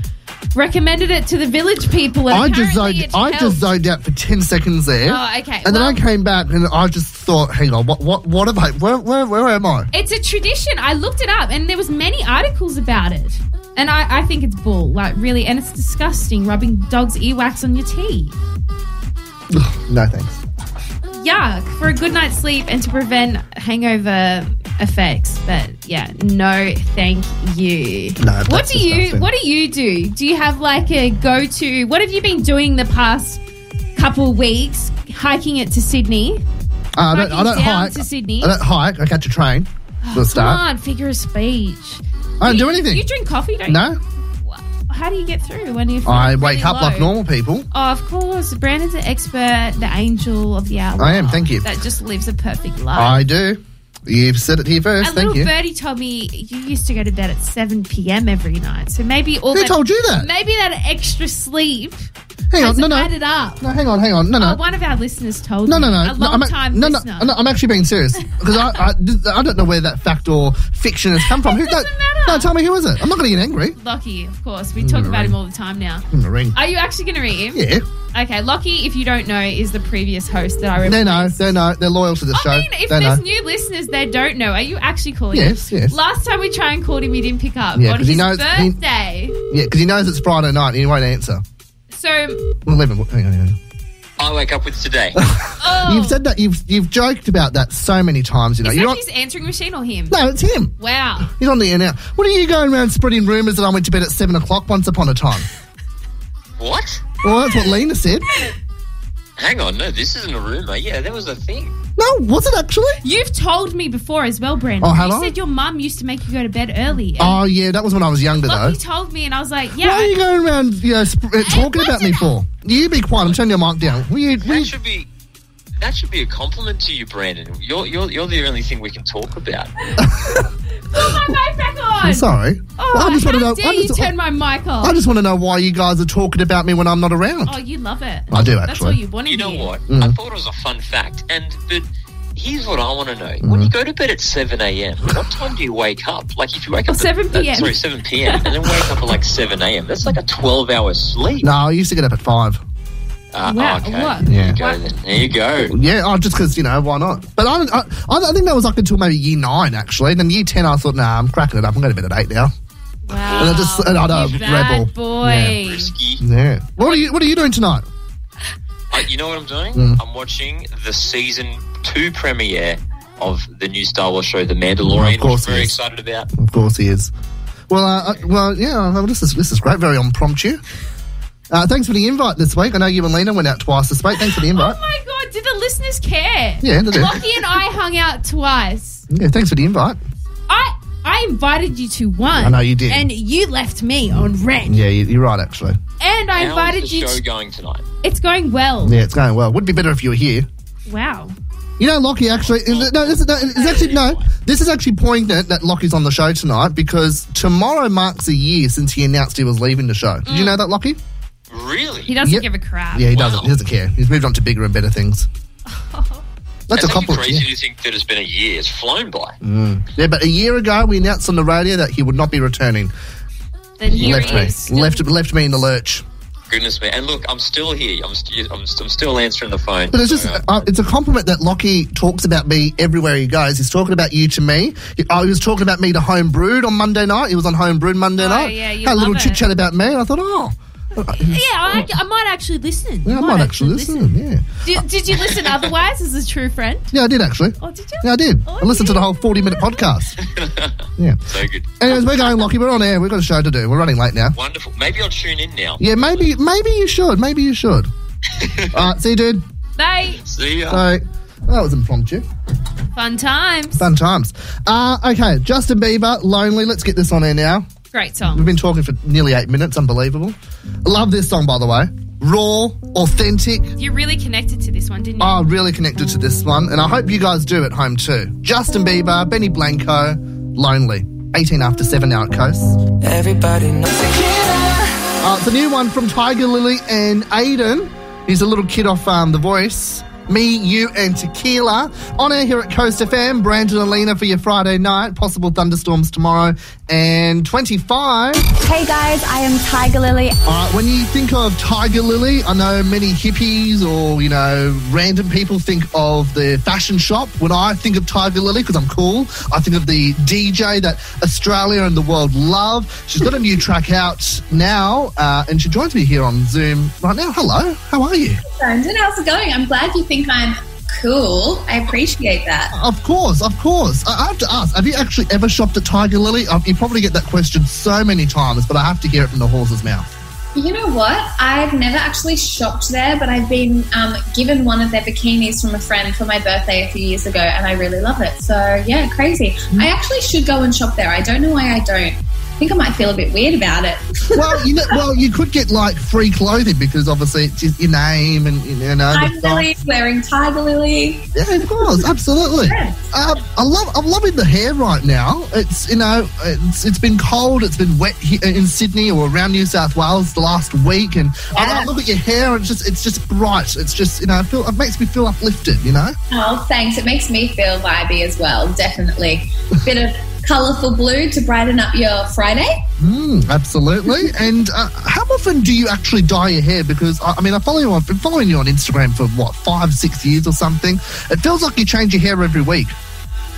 H: recommended it to the village people. And
G: I just zoned.
H: apparently it
G: I
H: helped.
G: just zoned out for ten seconds there.
H: Oh, okay.
G: And
H: Well-
G: then I came back and I just thought, hang on, what, what, what am I? Where, where, where am I?
H: It's a tradition. I looked it up, and there was many articles about it. And I, I think it's bull, like really, and it's disgusting rubbing dog's earwax on your teeth.
G: No thanks.
H: Yuck! For a good night's sleep and to prevent hangover effects. But yeah, no, thank you.
G: No, that's
H: what do you?
G: disgusting.
H: What do you do? Do you have like a go-to? What have you been doing the past couple weeks? Hiking it to
G: Uh, I
H: Sydney.
G: don't, I
H: Hiking
G: don't
H: down
G: hike.
H: to Sydney.
G: I don't hike. I catch a train. For a
H: Come
G: start.
H: on, figure of speech.
G: I don't do
H: You-
G: anything.
H: You drink coffee, don't you?
G: No,
H: How do you get through when you?
G: I wake up like normal people.
H: Oh, of course, Brandon's an expert, the angel of the hour.
G: I am, thank you.
H: That just lives a perfect life.
G: I do. You've said it here first.
H: Oh. A
G: Thank
H: little
G: you.
H: birdie told me you used to go to bed at 7 p.m. every night. So maybe all
G: Who
H: that,
G: told you that?
H: maybe that extra sleep
G: Hang
H: has
G: on, no, no,
H: added up.
G: no. Hang on, hang on, no, no.
H: Oh, one of our listeners told
G: No,
H: me.
G: no, no.
H: A
G: no,
H: long
G: a-
H: time
G: no, no,
H: listener.
G: no, I'm actually being serious because I, I, I don't know where that fact or fiction has come from. Who
H: doesn't
G: no,
H: matter.
G: No, tell me who is it. I'm not going to get angry.
H: Lockie, of course. We talk about him all the time now.
G: I'm going to ring.
H: Are you actually going to read him?
G: yeah.
H: Okay, Lockie, if you don't know, is the previous host that I remember.
G: They know. They know. They're loyal to the show.
H: I mean, if
G: they know.
H: there's new listeners that don't know, are you actually calling?
G: Yes,
H: him?
G: yes.
H: Last time we tried and called him, he didn't pick up.
G: Yeah,
H: on
G: 'cause he
H: his
G: knows- he-
H: birthday.
G: yeah, because he knows it's Friday night and he won't answer.
H: So,
G: We'll leave him. Hang on, hang on.
L: I wake up with today.
H: oh,
G: You've said that. You've you've joked about that so many times. You know.
H: is
G: You're
H: that
G: not,
H: his answering machine or him?
G: no, it's him.
H: Wow.
G: He's on the air now. What are you going around spreading rumours that I went to bed at seven o'clock once upon a time?
L: What?
G: well, that's what Lena said.
L: Hang on, no, this isn't a rumor. Yeah, that was a thing.
G: No, was it actually?
H: You've told me before as well, Brandon.
G: Oh, have
H: you
G: I?
H: said your mum used to make you go to bed early. And
G: Oh yeah, that was when I was younger though.
H: Lockie told me, and I was like, yeah.
G: Why are you going around you know, sp- uh, talking
H: what's
G: about me
H: it-
G: for? You be quiet. I'm turning your mic down. Will you, will
L: That
G: you-
L: should be that should be a compliment to you, Brandon. You're you're, you're the only thing we can talk about.
H: Put my mic back on.
G: I'm sorry.
H: Oh,
G: Well, I just
H: how
G: want to know.
H: dare
G: I just,
H: you turn my mic off?
G: I just want to know why you guys are talking about me when I'm not around.
H: oh, you love it.
G: I do,
H: That's
G: actually.
H: all you want to
L: You know
H: hear.
L: what?
G: Mm-hmm.
L: I thought it was a fun fact, and but here's what I want to know: when
G: Mm-hmm.
L: you go to bed at seven a.m., what time do you wake up? Like if you wake up at
H: 7
L: uh,
H: p.m..
L: sorry, seven p.m. and then wake up at like seven a.m. That's like a twelve-hour sleep.
G: No, I used to get up at five.
L: Uh,
H: Wow,
L: okay.
H: what?
L: There
G: Yeah.
L: you go. Then. There you go.
G: Yeah, oh, just because you know why not? But I, don't, I, I think that was like until maybe year nine actually. And then year ten, I thought, nah, I'm cracking it up. I'm going to bed at eight now.
H: Wow.
G: And I just- and I don't-
H: you bad
G: rebel.
H: boy.
L: Risky.
G: Yeah. What are you What are you doing tonight?
L: Uh, you know what I'm doing?
G: Mm.
L: I'm watching the season two premiere of the new Star Wars show, The Mandalorian.
G: Of
L: which
G: course
L: I'm very
G: it is.
L: excited about.
G: Of course he is. Well, uh, uh, well, yeah. Well, this is this is great. Very impromptu. Uh, thanks for the invite this week. I know you and Lena went out twice this week. Thanks for the invite.
H: Oh my god, did the listeners care?
G: Yeah, they do.
H: Lockie and I hung out twice.
G: Yeah, thanks for the invite.
H: I I invited you to one.
G: I know you did.
H: And you left me on red.
G: Yeah, you- you're right, actually.
H: And
L: How's
H: I
L: the
H: invited you
L: show
H: to
L: going tonight?
H: It's going well.
G: Yeah, it's going well. Would be better if you were here.
H: Wow.
G: You know, Lockie actually. No, this is, no, it's actually no. This is actually poignant that Lockie's on the show tonight because tomorrow marks a year since he announced he was leaving the show. Did you know that, Lockie?
L: Really?
H: He doesn't
G: Yep.
H: give a crap.
G: Yeah, he
L: Wow.
G: doesn't. He doesn't care. He's moved on to bigger and better things. That's a
L: That's actually
G: compliment.
L: crazy
G: yeah.
L: to
G: Mm.
L: think that it's been a year. It's flown by.
G: Yeah, but a year ago we announced on the radio that he would not be returning.
H: Then here
G: left
H: he
G: me,
H: is. still-
G: left left me in the lurch.
L: Goodness me! And look, I'm still here. I'm, st- I'm, st- I'm still answering the phone.
G: But it's just
L: So, uh,
G: uh, it's a compliment that Lockie talks about me everywhere he goes. He's talking about you to me. He, oh, he was talking about me to Home Brewed on Monday night. He was on Home Brewed Monday
H: Oh,
G: night.
H: yeah, you
G: Had a little
H: love it.
G: chit chat about me. And I thought, oh,
H: Yeah, I, I might actually listen.
G: yeah, I might actually listen. Yeah,
H: Did, did you listen otherwise as a true friend?
G: yeah, I did actually.
H: Or did you?
G: Yeah, I did. I
H: Oh,
G: listened to the
H: yeah.
G: whole forty-minute podcast. Yeah.
L: so good. Um,
G: Anyways, we're going, Lockie. We're on air. We've got a show to do. We're running late now.
L: Wonderful. Maybe I'll tune in now.
G: Yeah, maybe, maybe you should. Maybe you should. All right, see you, dude.
H: They
L: See ya.
G: So that was impromptu.
H: fun times.
G: Fun times. Uh, okay, Justin Bieber, Lonely. Let's get this on air now.
H: Great
G: We've
H: song.
G: been talking for nearly eight minutes. Unbelievable. I love this song, by the way. Raw, authentic.
H: You really connected to this one, didn't you?
G: Oh, really connected to this one. And I hope you guys do at home too. Justin Bieber, Benny Blanco, Lonely. 18 after 7 out coast.
B: Everybody knows.
G: Uh, it's a new one from Tiger Lily and Aiden. He's a little kid off um, The Voice. Me, you, and Tequila. On air here at Coast FM, Brandon and Lena for your Friday night. Possible thunderstorms tomorrow. And 25.
A: Hey guys, I am Tiger Lily.
G: Uh, when you think of Tiger Lily, I know many hippies or, you know, random people think of the fashion shop. When I think of Tiger Lily, because I'm cool, I think of the DJ that Australia and the world love. She's got a new track out now, uh, and she joins me here on Zoom right now. Hello, how are you?
J: Brendan, how's it going? I'm glad you think I'm cool. I appreciate that.
G: Of course, of course. I I have to ask, have you actually ever shopped at Tiger Lily? Uh, You probably get that question so many times, but I have to hear it from the horse's mouth.
J: You know what? I've never actually shopped there, but I've been um, given one of their bikinis from a friend for my birthday a few years ago,
A: Mm.
J: and I really love it. So, yeah, crazy. I actually should go and shop there. I don't know why I don't. think I might feel a bit weird about it.
G: well, you know, well, you could get like free clothing because obviously it's your- your name and you know. the
J: I'm
G: style.
J: Lily wearing Tiger Lily.
G: Yeah, of course, absolutely. Um, I love, I'm loving the hair right now. It's you know, it's it's been cold, it's been wet he- uh, in Sydney or around New South Wales the last week, and I, I look at your hair, and it's just it's just bright. It's just you know, it, feel, it makes me feel uplifted. You know,
J: Oh, thanks. It makes me feel vibey as well. Definitely, bit of colourful blue to brighten up your Friday.
G: mm, absolutely. and uh, how often do you actually dye your hair? Because I, I mean, I follow you. on- I've been following you on Instagram for what five, six years or something. It feels like you change your hair every week.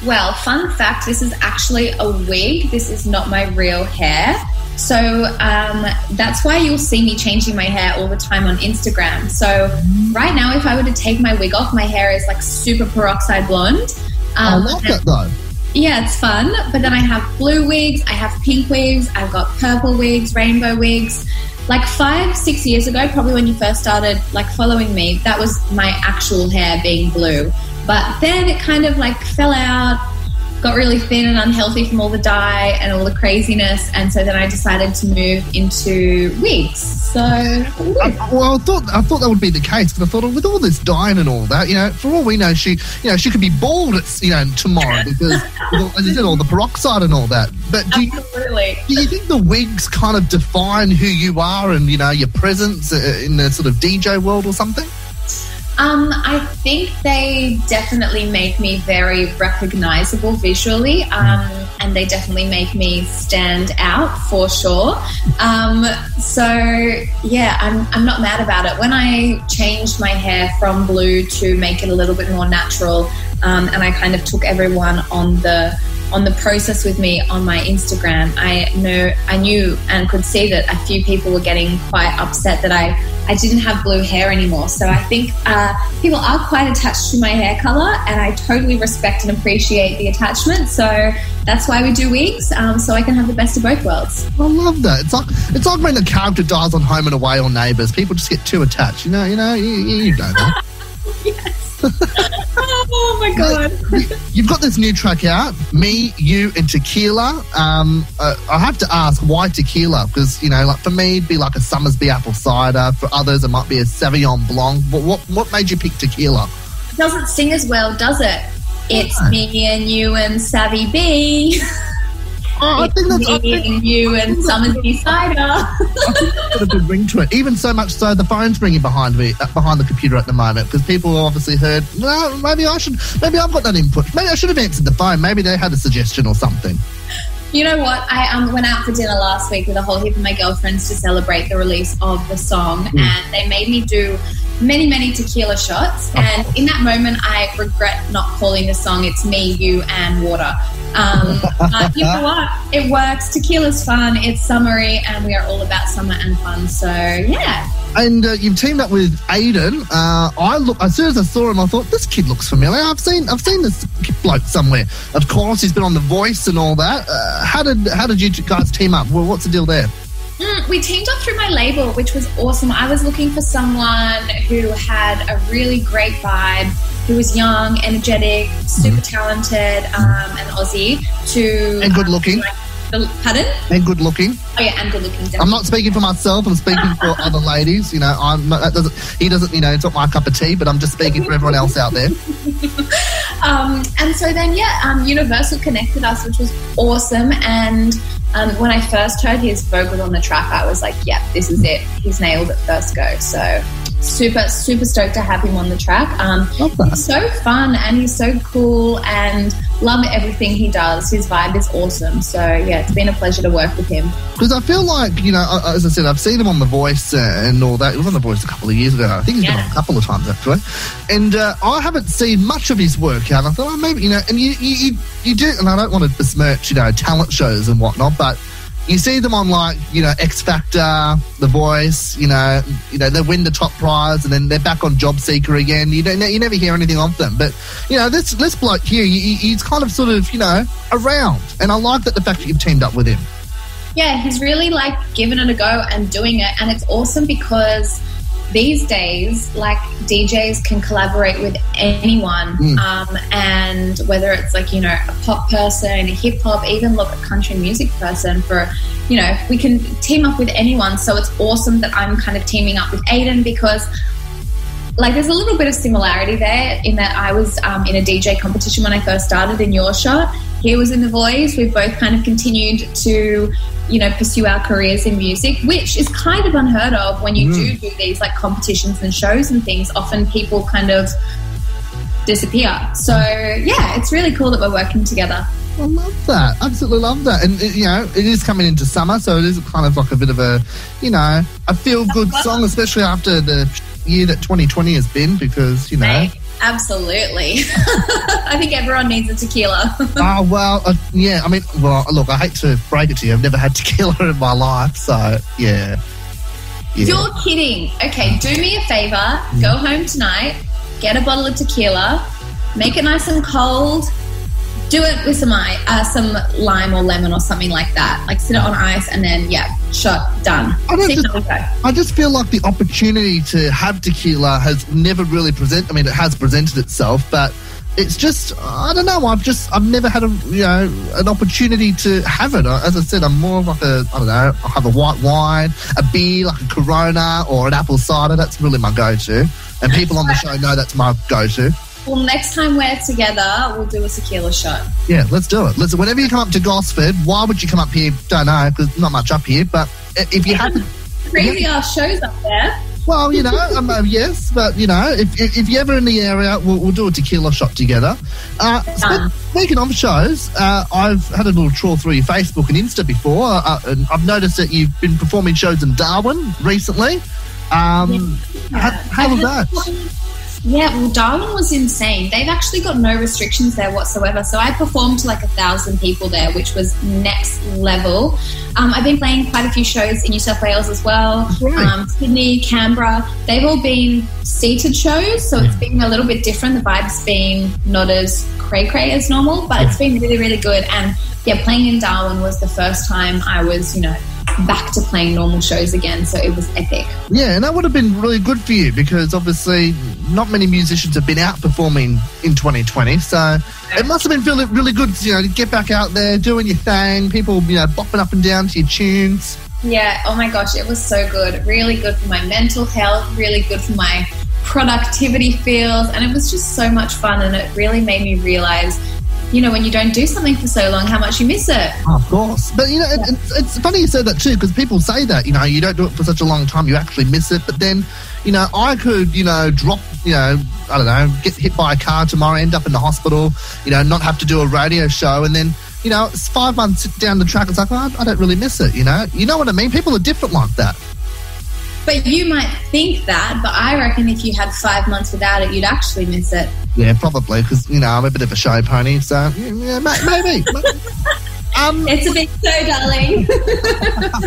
J: Well, fun fact this is actually a wig. This is not my real hair. So um, that's why you'll see me changing my hair all the time on Instagram. So right now, if I were to take my wig off, my hair is like super peroxide blonde.
G: I
J: Um,
G: love that though.
J: yeah, it's fun. But then I have blue wigs, I have pink wigs, I've got purple wigs, rainbow wigs. Like five, six years ago, probably when you first started like following me, that was my actual hair being blue. But then it kind of like fell out, got really thin and unhealthy from all the dye and all the craziness. And so then I decided to move into wigs. So
G: I, well, I thought I thought that would be the case because I thought "Oh, with all this dying and all that, you know, for all we know, she you know she could be bald, at, you know, tomorrow because with all- as you said, all the peroxide and all that. But do you,
J: absolutely.
G: do you think the wigs kind of define who you are and you know your presence uh, in the sort of DJ world or something?
J: Um, I think they definitely make me very recognizable visually, um, and they definitely make me stand out for sure. Um, so yeah, I'm I'm not mad about it. When I changed my hair from blue to make it a little bit more natural, um, and I kind of took everyone on the on the process with me on my Instagram, I know I knew and could see that a few people were getting quite upset that I I didn't have blue hair anymore. So I think uh, people are quite attached to my hair color, and I totally respect and appreciate the attachment. So that's why we do wigs, um, so I can have the best of both worlds.
G: I love that. It's like it's like when the character dies on Home and Away or Neighbours. People just get too attached. You know, you know, you, you know that.
J: Oh my god!
G: You've got this new track out, Me, You, and Tequila. Um, uh, I have to ask, why tequila? Because, you know, like for me, it'd be like a Summersby apple cider. For others, it might be a Sauvignon Blanc. What, what, what made you pick tequila?
J: It doesn't sing as well, does it? It's
G: No.
J: me and you and Savvy B.
G: Oh, I think that's I
J: It's me
G: think
J: and you and Summersby Cider.
G: it's got a good ring to it. Even so much so, the phone's ringing behind me, uh, behind the computer at the moment, because people obviously heard, no, maybe I should, maybe I've got that input. Maybe I should have answered the phone. Maybe they had a suggestion or something.
J: You know what? I um, went out for dinner last week with a whole heap of my girlfriends to celebrate the release of the song, and they made me do many, many tequila shots. And in that moment, I regret not calling the song "It's Me, You, and Water." Um, but you know what? It works. Tequila's fun. It's summery, and we are all about summer and fun. So yeah,
G: And uh, you've teamed up with Aiden. Uh, I look as soon as I saw him, I thought this kid looks familiar. I've seen I've seen this bloke somewhere. Of course, he's been on The Voice and all that. Uh, how did how did you two guys team up? Well, what's the deal there?
J: Mm, we teamed up through my label, which was awesome. I was looking for someone who had a really great vibe, who was young, energetic, super talented, um, and Aussie to
G: Mm-hmm. And good looking.
J: Pardon?
G: And good looking.
J: Oh yeah, and good looking. Definitely.
G: I'm not speaking for myself. I'm speaking for other ladies. You know, I'm not, that doesn't. He doesn't. You know, it's not my cup of tea. But I'm just speaking for everyone else out there.
J: um, and so then, yeah, um, Universal connected us, which was awesome. And um, when I first heard his vocals on the track, I was like, yeah, this is it. He's nailed it first go. So super, super stoked to have him on the track. Um,
G: Love that.
J: he's so fun and he's so cool and love everything he does. His vibe is awesome. So yeah, it's been a pleasure to work with him.
G: Because I feel like, you know, I- I- as I said, I've seen him on The Voice uh, and all that. He was on The Voice a couple of years ago. I think he's been
J: Yeah.
G: on a couple of times, actually. And uh, I haven't seen much of his work. And I thought, oh, maybe, you know, and you, you, you, you do, and I don't want to besmirch, you know, talent shows and whatnot, but you see them on, like, you know, X Factor, The Voice, you know, you know, they win the top prize and then they're back on Job Seeker again. You, don't, you never hear anything of them. But, you know, this, this bloke here, he, he- he's kind of sort of, you know, around. And I like that the fact that you've teamed up with him.
J: yeah, he's really like giving it a go and doing it. And it's awesome because these days, like DJs can collaborate with anyone,
G: Mm.
J: um, and whether it's like you know a pop person, a hip hop, even look a country music person for, you know, we can team up with anyone. So it's awesome that I'm kind of teaming up with Aiden because like there's a little bit of similarity there in that I was um, in a DJ competition when I first started in your shot. He was in The Voice. We've both kind of continued to, you know, pursue our careers in music, which is kind of unheard of when you
G: Hmm.
I: Mm.
J: do do these like competitions and shows and things. Often people kind of disappear. So yeah, it's really cool that we're working together.
G: I love that. Absolutely love that. And, it, you know, it is coming into summer, so it is kind of like a bit of a, you know, a feel good song, especially after the year that 2020 has been, because, you know.
J: Absolutely. I think everyone needs a tequila.
G: Oh, well, uh, yeah. I mean, well, look, I hate to break it to you. I've never had tequila in my life, so, yeah. Yeah. Mm.
J: You're kidding. Okay, do me a favor. Go home tonight, get a bottle of tequila, make it nice and cold. Do it with some i- uh, some lime or lemon or something like that. Like sit it on ice and then yeah, shot done.
G: I don't
J: See
G: just-
J: how we go.
G: I just feel like the opportunity to have tequila has never really present. I mean, it has presented itself, but it's just I don't know. I've just I've never had a you know an opportunity to have it. I- As I said, I'm more of like a I don't know. I have a white wine, a beer like a Corona or an apple cider. That's really my go-to, and people on the show know that's my go-to.
J: Well, next time we're together, we'll do a tequila shot.
G: Yeah, let's do it. Let's. Whenever you come up to Gosford, why would you come up here? Don't know because not much up here. But i- if you happen.
J: Crazy ass shows up there.
G: Well, you know, um, uh, yes, but you know, if, if, if you're ever in the area, we'll, we'll do a tequila shot together. Uh, spe- speaking of shows, uh, I've had a little trawl through your Facebook and Insta before, uh, and I've noticed that you've been performing shows in Darwin recently. Um, How, how was that?
J: Yeah, well, Darwin was insane. They've actually got no restrictions there whatsoever. So I performed to like a thousand people there, which was next level. Um, I've been playing quite a few shows in New South Wales as well, um, Sydney, Canberra. They've all been seated shows, so it's been a little bit different. The vibe's been not as cray cray as normal, but it's been really, really good. And yeah, playing in Darwin was the first time I was, you know, back to playing normal shows again. So it was epic.
G: Yeah, and that would have been really good for you because obviously not many musicians have been out performing in 2020. So it must have been feeling really good, you know, to get back out there, doing your thing, people, you know, bopping up and down to your tunes.
J: Yeah, oh my gosh, it was so good. Really good for my mental health, really good for my productivity feels, and it was just so much fun and it really made me realize, you know, when you don't do something for so long, how much you miss it.
G: Of course. But, you know, it, it's, it's funny you say that too, because people say that, you know, you don't do it for such a long time, you actually miss it. But then, you know, I could, you know, drop, you know, I don't know, get hit by a car tomorrow, end up in the hospital, you know, not have to do a radio show. And then, you know, it's five months down the track, it's like, oh, I- I don't really miss it, you know? You know what I mean? People are different like that.
J: But you might think that, but I reckon if you had five months without it, you'd actually miss it.
G: Yeah, probably, because, you know, I'm a bit of a show pony, so, yeah, ma- maybe. um,
J: it's a bit so, darling.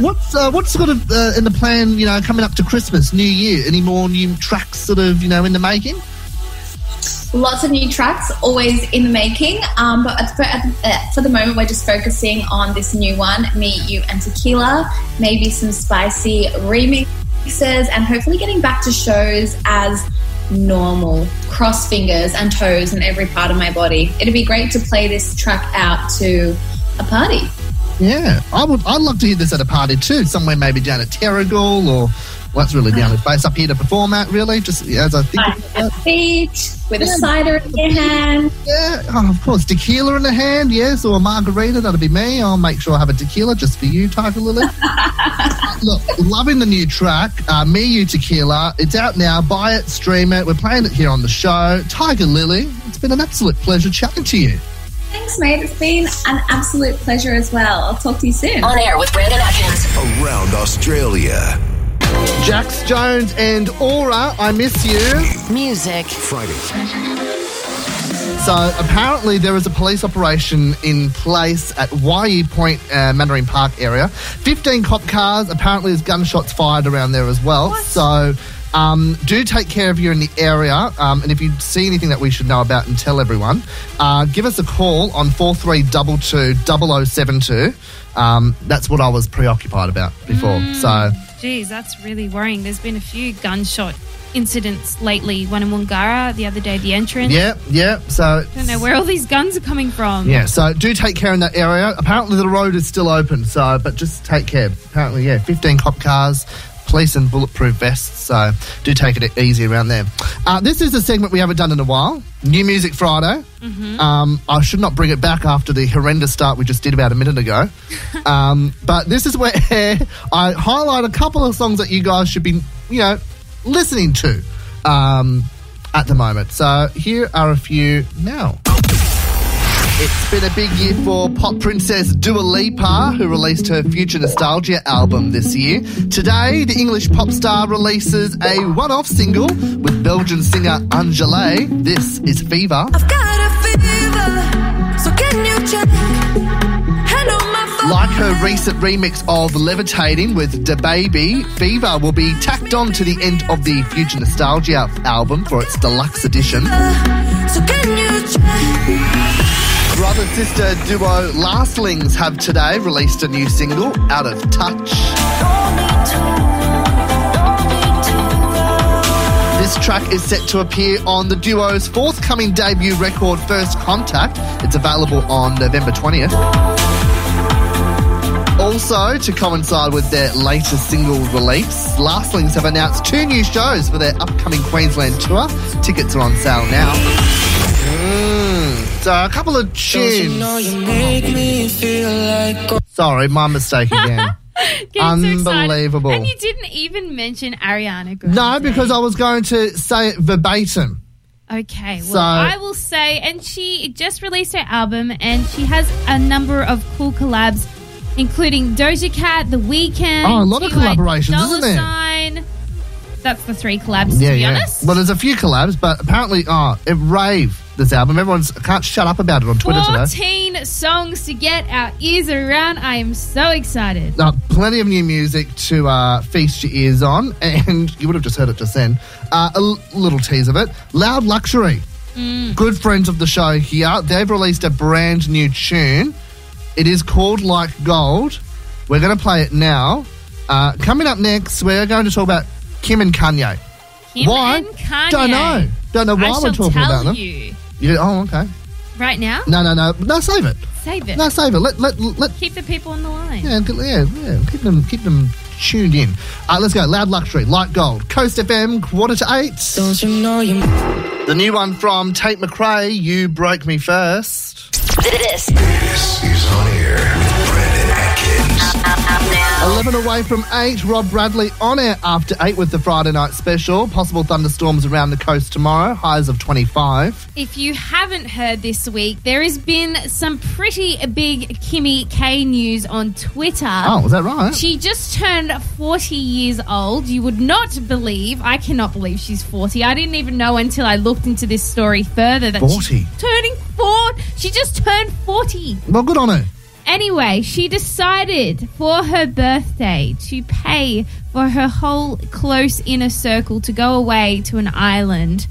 G: what's uh, what's sort of uh, in the plan? You know, coming up to Christmas, New Year, any more new tracks sort of you know in the making?
J: Lots of new tracks, always in the making. Um, but at, for, at, uh, for the moment, we're just focusing on this new one, Me, You, and Tequila. Maybe some spicy remixes, and hopefully getting back to shows as normal. Cross fingers and toes and every part of my body. It'd be great to play this track out to a party.
G: Yeah, I would. I'd love to hear this at a party too, somewhere maybe down at Terrigal or well, that's really down the place up here to perform at. Really, just as I think.
J: Like, at the beach with a cider in your hand.
G: Yeah, oh, of course, tequila in the hand, yes, or a margarita. That'll be me. I'll make sure I have a tequila just for you, Tiger Lily. Uh, Look, loving the new track, uh, Me You Tequila. It's out now. Buy it, stream it. We're playing it here on the show. Tiger Lily, it's been an absolute pleasure chatting to you.
J: Thanks, mate. It's been an absolute pleasure as well. I'll talk to you soon.
A: On air with Brandon Atkins.
F: Around Australia.
G: Jax Jones and Aura, I miss you.
A: Music.
F: Friday.
G: So apparently there is a police operation in place at YE Point, uh, Mandarin Park area. 15 cop cars. Apparently there's gunshots fired around there as well. So um, do take care of you in the area. Um, and if you see anything that we should know about and tell everyone, uh, give us a call on oh 4322 0072. Um, that's what I was preoccupied about before. So
H: Geez, that's really worrying. There's been a few gunshot incidents lately. One in Wongara, the other day, the entrance.
G: Yep, yep. So
H: I don't know where all these guns are coming from.
G: Yeah, so do take care in that area. Apparently, the road is still open, so but just take care. Apparently, yeah, 15 cop cars, police in bulletproof vests, so do take it easy around there. Uh, this is a segment we haven't done in a while New Music Friday. Um, I should not bring it back after the horrendous start we just did about a minute ago. um, but this is where I highlight a couple of songs that you guys should be, you know, listening to um, at the moment. So here are a few now. It's been a big year for pop princess Dua Lipa, who released her Future Nostalgia album this year. Today, the English pop star releases a one off single with Belgian singer Angele. This is Fever. Like her recent remix of Levitating with Da Baby, Fever will be tacked on to the end of the Future Nostalgia album for its deluxe edition. Brother sister duo Lastlings have today released a new single, Out of Touch. This track is set to appear on the duo's forthcoming debut record, First Contact. It's available on November 20th. Also, to coincide with their latest single release, Lastlings have announced two new shows for their upcoming Queensland tour. Tickets are on sale now. Mm, so, a couple of tunes. Sorry, my mistake again.
H: Getting so excited.
G: Unbelievable.
H: and you didn't even mention Ariana Grande.
G: No, because I was going to say it verbatim.
H: Okay, well,
G: So-
H: I will say, and she just released her album, and she has a number of cool collabs, including Doja Cat, The Weeknd.
G: Oh, a lot of
H: T.Y.
G: collaborations,
H: Dolla
G: isn't there?
H: Sign. That's the three collabs, to be honest.
G: Well, there's a few collabs, but apparently, oh, it rave this album. Everyone's I can't shut up about it on Twitter today.
H: 14 songs to get our ears around. I am so excited.
G: Uh, plenty of new music to uh, feast your ears on, and you would have just heard it just then. Uh, a l- little tease of it. Loud Luxury,
H: Mm.
G: good friends of the show here. They've released a brand new tune. It is called Like Gold. We're going to play it now. Uh, coming up next, we're going to talk about Kim and Kanye.
H: Kim
G: why?
H: and Kanye.
G: Don't know. Don't know why
H: I
G: we're
H: shall
G: talking
H: tell
G: about them.
H: you
G: You, oh, okay.
H: right now.
G: No, no, no. No, save it.
H: Save it.
G: No, save it. Let, let, let.
H: Keep the people on the line.
G: Yeah, good- yeah, yeah. Keep them, keep them tuned in. All right, let's go. Loud luxury, light gold, Coast FM, quarter to eight. Don't you know you? The new one from Tate McRae. You broke me first.
A: This
F: This is on air with Brendan Atkins.
G: Eleven away from eight. Rob Bradley on air after eight with the Friday night special. Possible thunderstorms around the coast tomorrow. Highs of twenty-five.
H: If you haven't heard this week, there has been some pretty big Kimmy K news on Twitter.
G: Oh, is that right?
H: She just turned 40 years old. You would not believe, I cannot believe she's 40. I didn't even know until I looked into this story further that
G: 40.
H: she's turning 4. She just turned 40.
G: Well, good on her.
H: Anyway, she decided for her birthday to pay for her whole close inner circle to go away to an island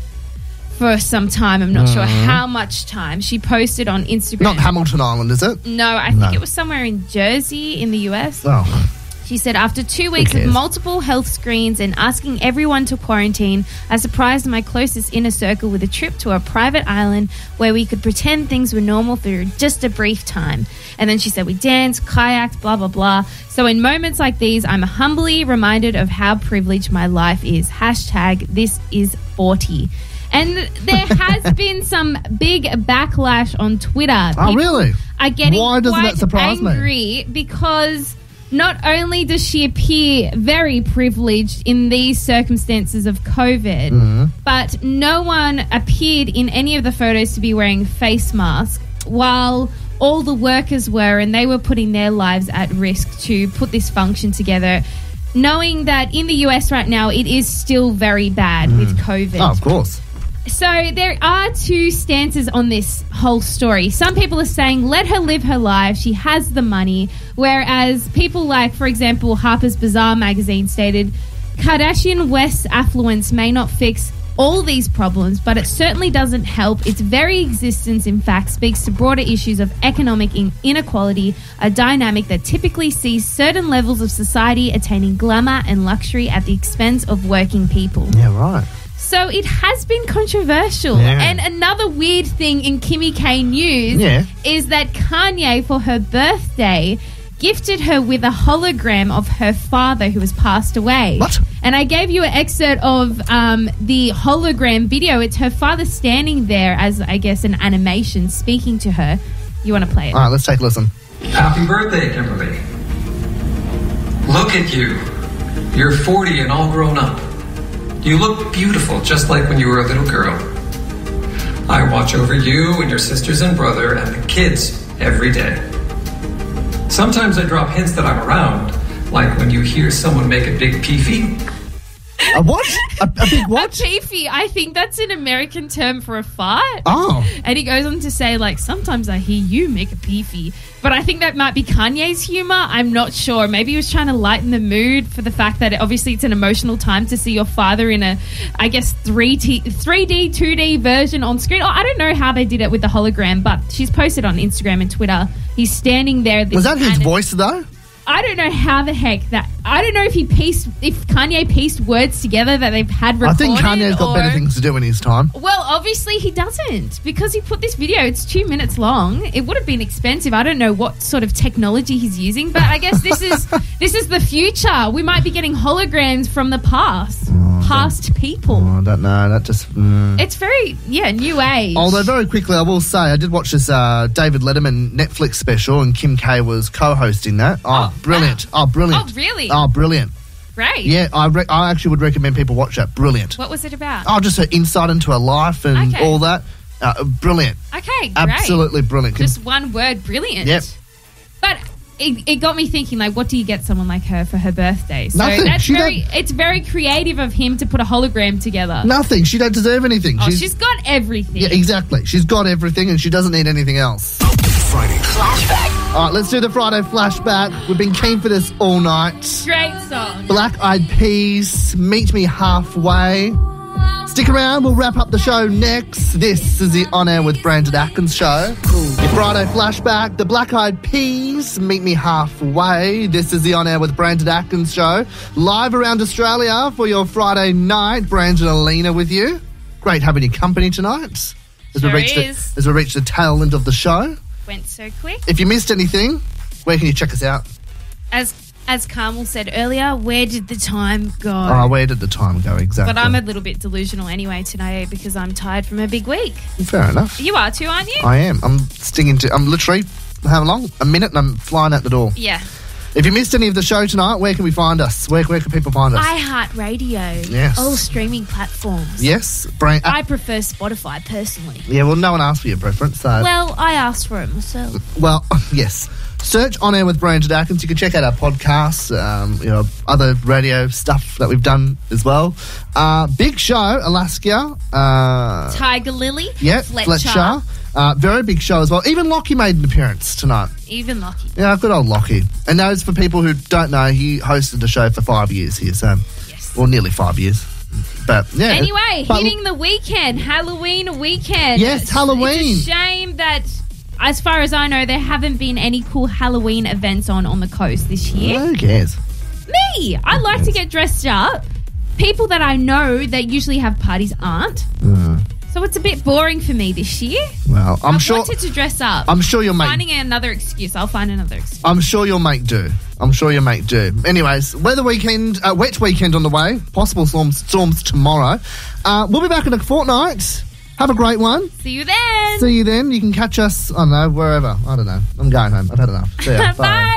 H: for some time. I'm not sure how much time. She posted on Instagram.
G: Uh-huh. Not Hamilton Island, is it?
H: no, I think
G: No.
H: it was somewhere in Jersey in the US.
G: Oh,
H: She said, after two weeks of
G: cares?
H: multiple health screens and asking everyone to quarantine, I surprised my closest inner circle with a trip to a private island where we could pretend things were normal for just a brief time. And then she said, we danced, kayaked, blah, blah, blah. So in moments like these, I'm humbly reminded of how privileged my life is. Hashtag this is 40. And there has been some big backlash on Twitter.
G: oh,
H: People
G: really?
H: are getting
G: Why doesn't
H: quite
G: that surprise me?
H: angry because not only does she appear very privileged in these circumstances of COVID,
G: Mm-hmm.
H: but no one appeared in any of the photos to be wearing face masks while all the workers were and they were putting their lives at risk to put this function together. Knowing that in the US right now, it is still very bad with COVID.
G: Oh, of course.
H: So there are two stances on this whole story. Some people are saying let her live her life, she has the money, whereas people like for example Harper's Bazaar magazine stated Kardashian West's affluence may not fix all these problems, but it certainly doesn't help. Its very existence, in fact, speaks to broader issues of economic in- inequality, a dynamic that typically sees certain levels of society attaining glamour and luxury at the expense of working people.
G: Yeah, right.
H: So it has been controversial.
G: Yeah.
H: And another weird thing in Kimmy K news
G: Yeah.
H: is that Kanye, for her birthday, gifted her with a hologram of her father who has passed away.
G: What?
H: And I gave you an excerpt of um, the hologram video. It's her father standing there as, I guess, an animation speaking to her. You want to play it? Uh,
G: All right, let's take a listen.
K: Happy birthday, Kimberly. Look at you. You're 40 and all grown up. You look beautiful, just like when you were a little girl. I watch over you and your sisters and brother and the kids every day. Sometimes I drop hints that I'm around, like when you hear someone make a big peefee.
G: A what? A, a big
H: A
G: what?
H: peefy. I think that's an American term for a fart.
G: Oh.
H: And he goes on to say, like, sometimes I hear you make a beefy. But I think that might be Kanye's humor. I'm not sure. Maybe he was trying to lighten the mood for the fact that obviously it's an emotional time to see your father in a, I guess, 3D, 3D 2D version on screen. Or I don't know how they did it with the hologram, but she's posted on Instagram and Twitter. He's standing there.
G: Was that his
H: anim-
G: voice though?
H: I don't know how the heck that. I don't know if he pieced, if Kanye pieced words together that they've had
G: I
H: recorded.
G: think Kanye's got
H: or-
G: better things to do in his time.
H: well, obviously he doesn't because he put this video. It's two minutes long. It would have been expensive. I don't know what sort of technology he's using, but I guess this is this is the future. We might be getting holograms from the past,
G: Oh,
H: past people.
G: I don't know. That just. Mm.
H: It's very yeah, new age.
G: Although Oh, very quickly, I will say I did watch this uh, David Letterman Netflix special, and Kim K was co-hosting that. Oh, brilliant! Oh, brilliant!
H: Oh, really?
G: Oh, brilliant!
H: Great.
G: Yeah, I re- I actually would recommend people watch that. Brilliant!
H: What was it about?
G: Oh, just her insight into her life and
H: Okay.
G: all that. Uh, brilliant!
H: okay, great.
G: Absolutely brilliant. Kim-
H: Just one word, brilliant.
G: Yep.
H: But it, it got me thinking, like, what do you get someone like her for her birthday? So
G: Nothing.
H: that's
G: She
H: very,
G: don't-
H: it's very creative of him to put a hologram together.
G: Nothing. She don't deserve anything.
H: Oh, she's got everything.
G: yeah, exactly. She's got everything, and she doesn't need anything else.
M: Friday.
G: All right, let's do the Friday flashback. We've been keen for this all night.
H: Great song.
G: Black Eyed Peas, Meet Me Halfway. Stick around, we'll wrap up the show next. This is the On Air with Brandon Atkins show. Your Friday flashback, the Black Eyed Peas, Meet Me Halfway. This is the On Air with Brandon Atkins show. Live around Australia for your Friday night. Brandon and Alina with you. Great having you company tonight. As
H: Sure
G: we reach the,
H: is.
G: as we reach the tail end of the show.
H: Went so quick.
G: If you missed anything, where can you check us out?
H: As as Carmel said earlier, where did the time go?
G: Oh, where did the time go exactly?
H: but I'm a little bit delusional anyway today because I'm tired from a big week.
G: Fair enough.
H: You are too, aren't you?
G: I am. I'm stinging to. I'm literally how long? A minute, and I'm flying out the door.
H: yeah.
G: If you missed any of the show tonight, where can we find us? Where where can people find us?
H: iHeartRadio.
G: Yes.
H: All streaming platforms.
G: yes, brain. uh,
H: I prefer Spotify personally.
G: yeah, well, no one asked for your preference, so well,
H: Well, I asked for it myself.
G: yes. Search on air with Brandon Atkins. You can check out our podcasts, um, you know, other radio stuff that we've done as well. Uh, big show, Alaska. Uh,
H: Tiger Lily.
G: yeah,
H: Fletcher.
G: Uh, very big show as well. Even Lockie made an appearance tonight.
H: Even Lucky.
G: Yeah, good old Lockie. And those for people who don't know, he hosted the show for five years here, so
H: Yes.
G: well, nearly five years. But yeah.
H: Anyway,
G: but-
H: hitting the weekend, Halloween weekend.
G: Yes,
H: It's-
G: Halloween.
H: It's a shame that, as far as I know, there haven't been any cool Halloween events on on the coast this year.
G: who cares?
H: Me, I like to get dressed up. People that I know that usually have parties aren't. So it's a bit boring for me this year.
G: Well, Uh-huh. I'm
H: I've
G: sure.
H: wanted to dress up.
G: I'm sure you'll make.
H: finding another excuse. I'll find another excuse.
G: I'm sure you'll make do. I'm sure you'll make do. Anyways, weather weekend, uh, wet weekend on the way. Possible storms, storms tomorrow. Uh, we'll be back in a fortnight. Have a great one.
H: See you then.
G: See you then. You can catch us. I don't know wherever. I don't know. I'm going home. I've had enough. See ya.
H: Bye.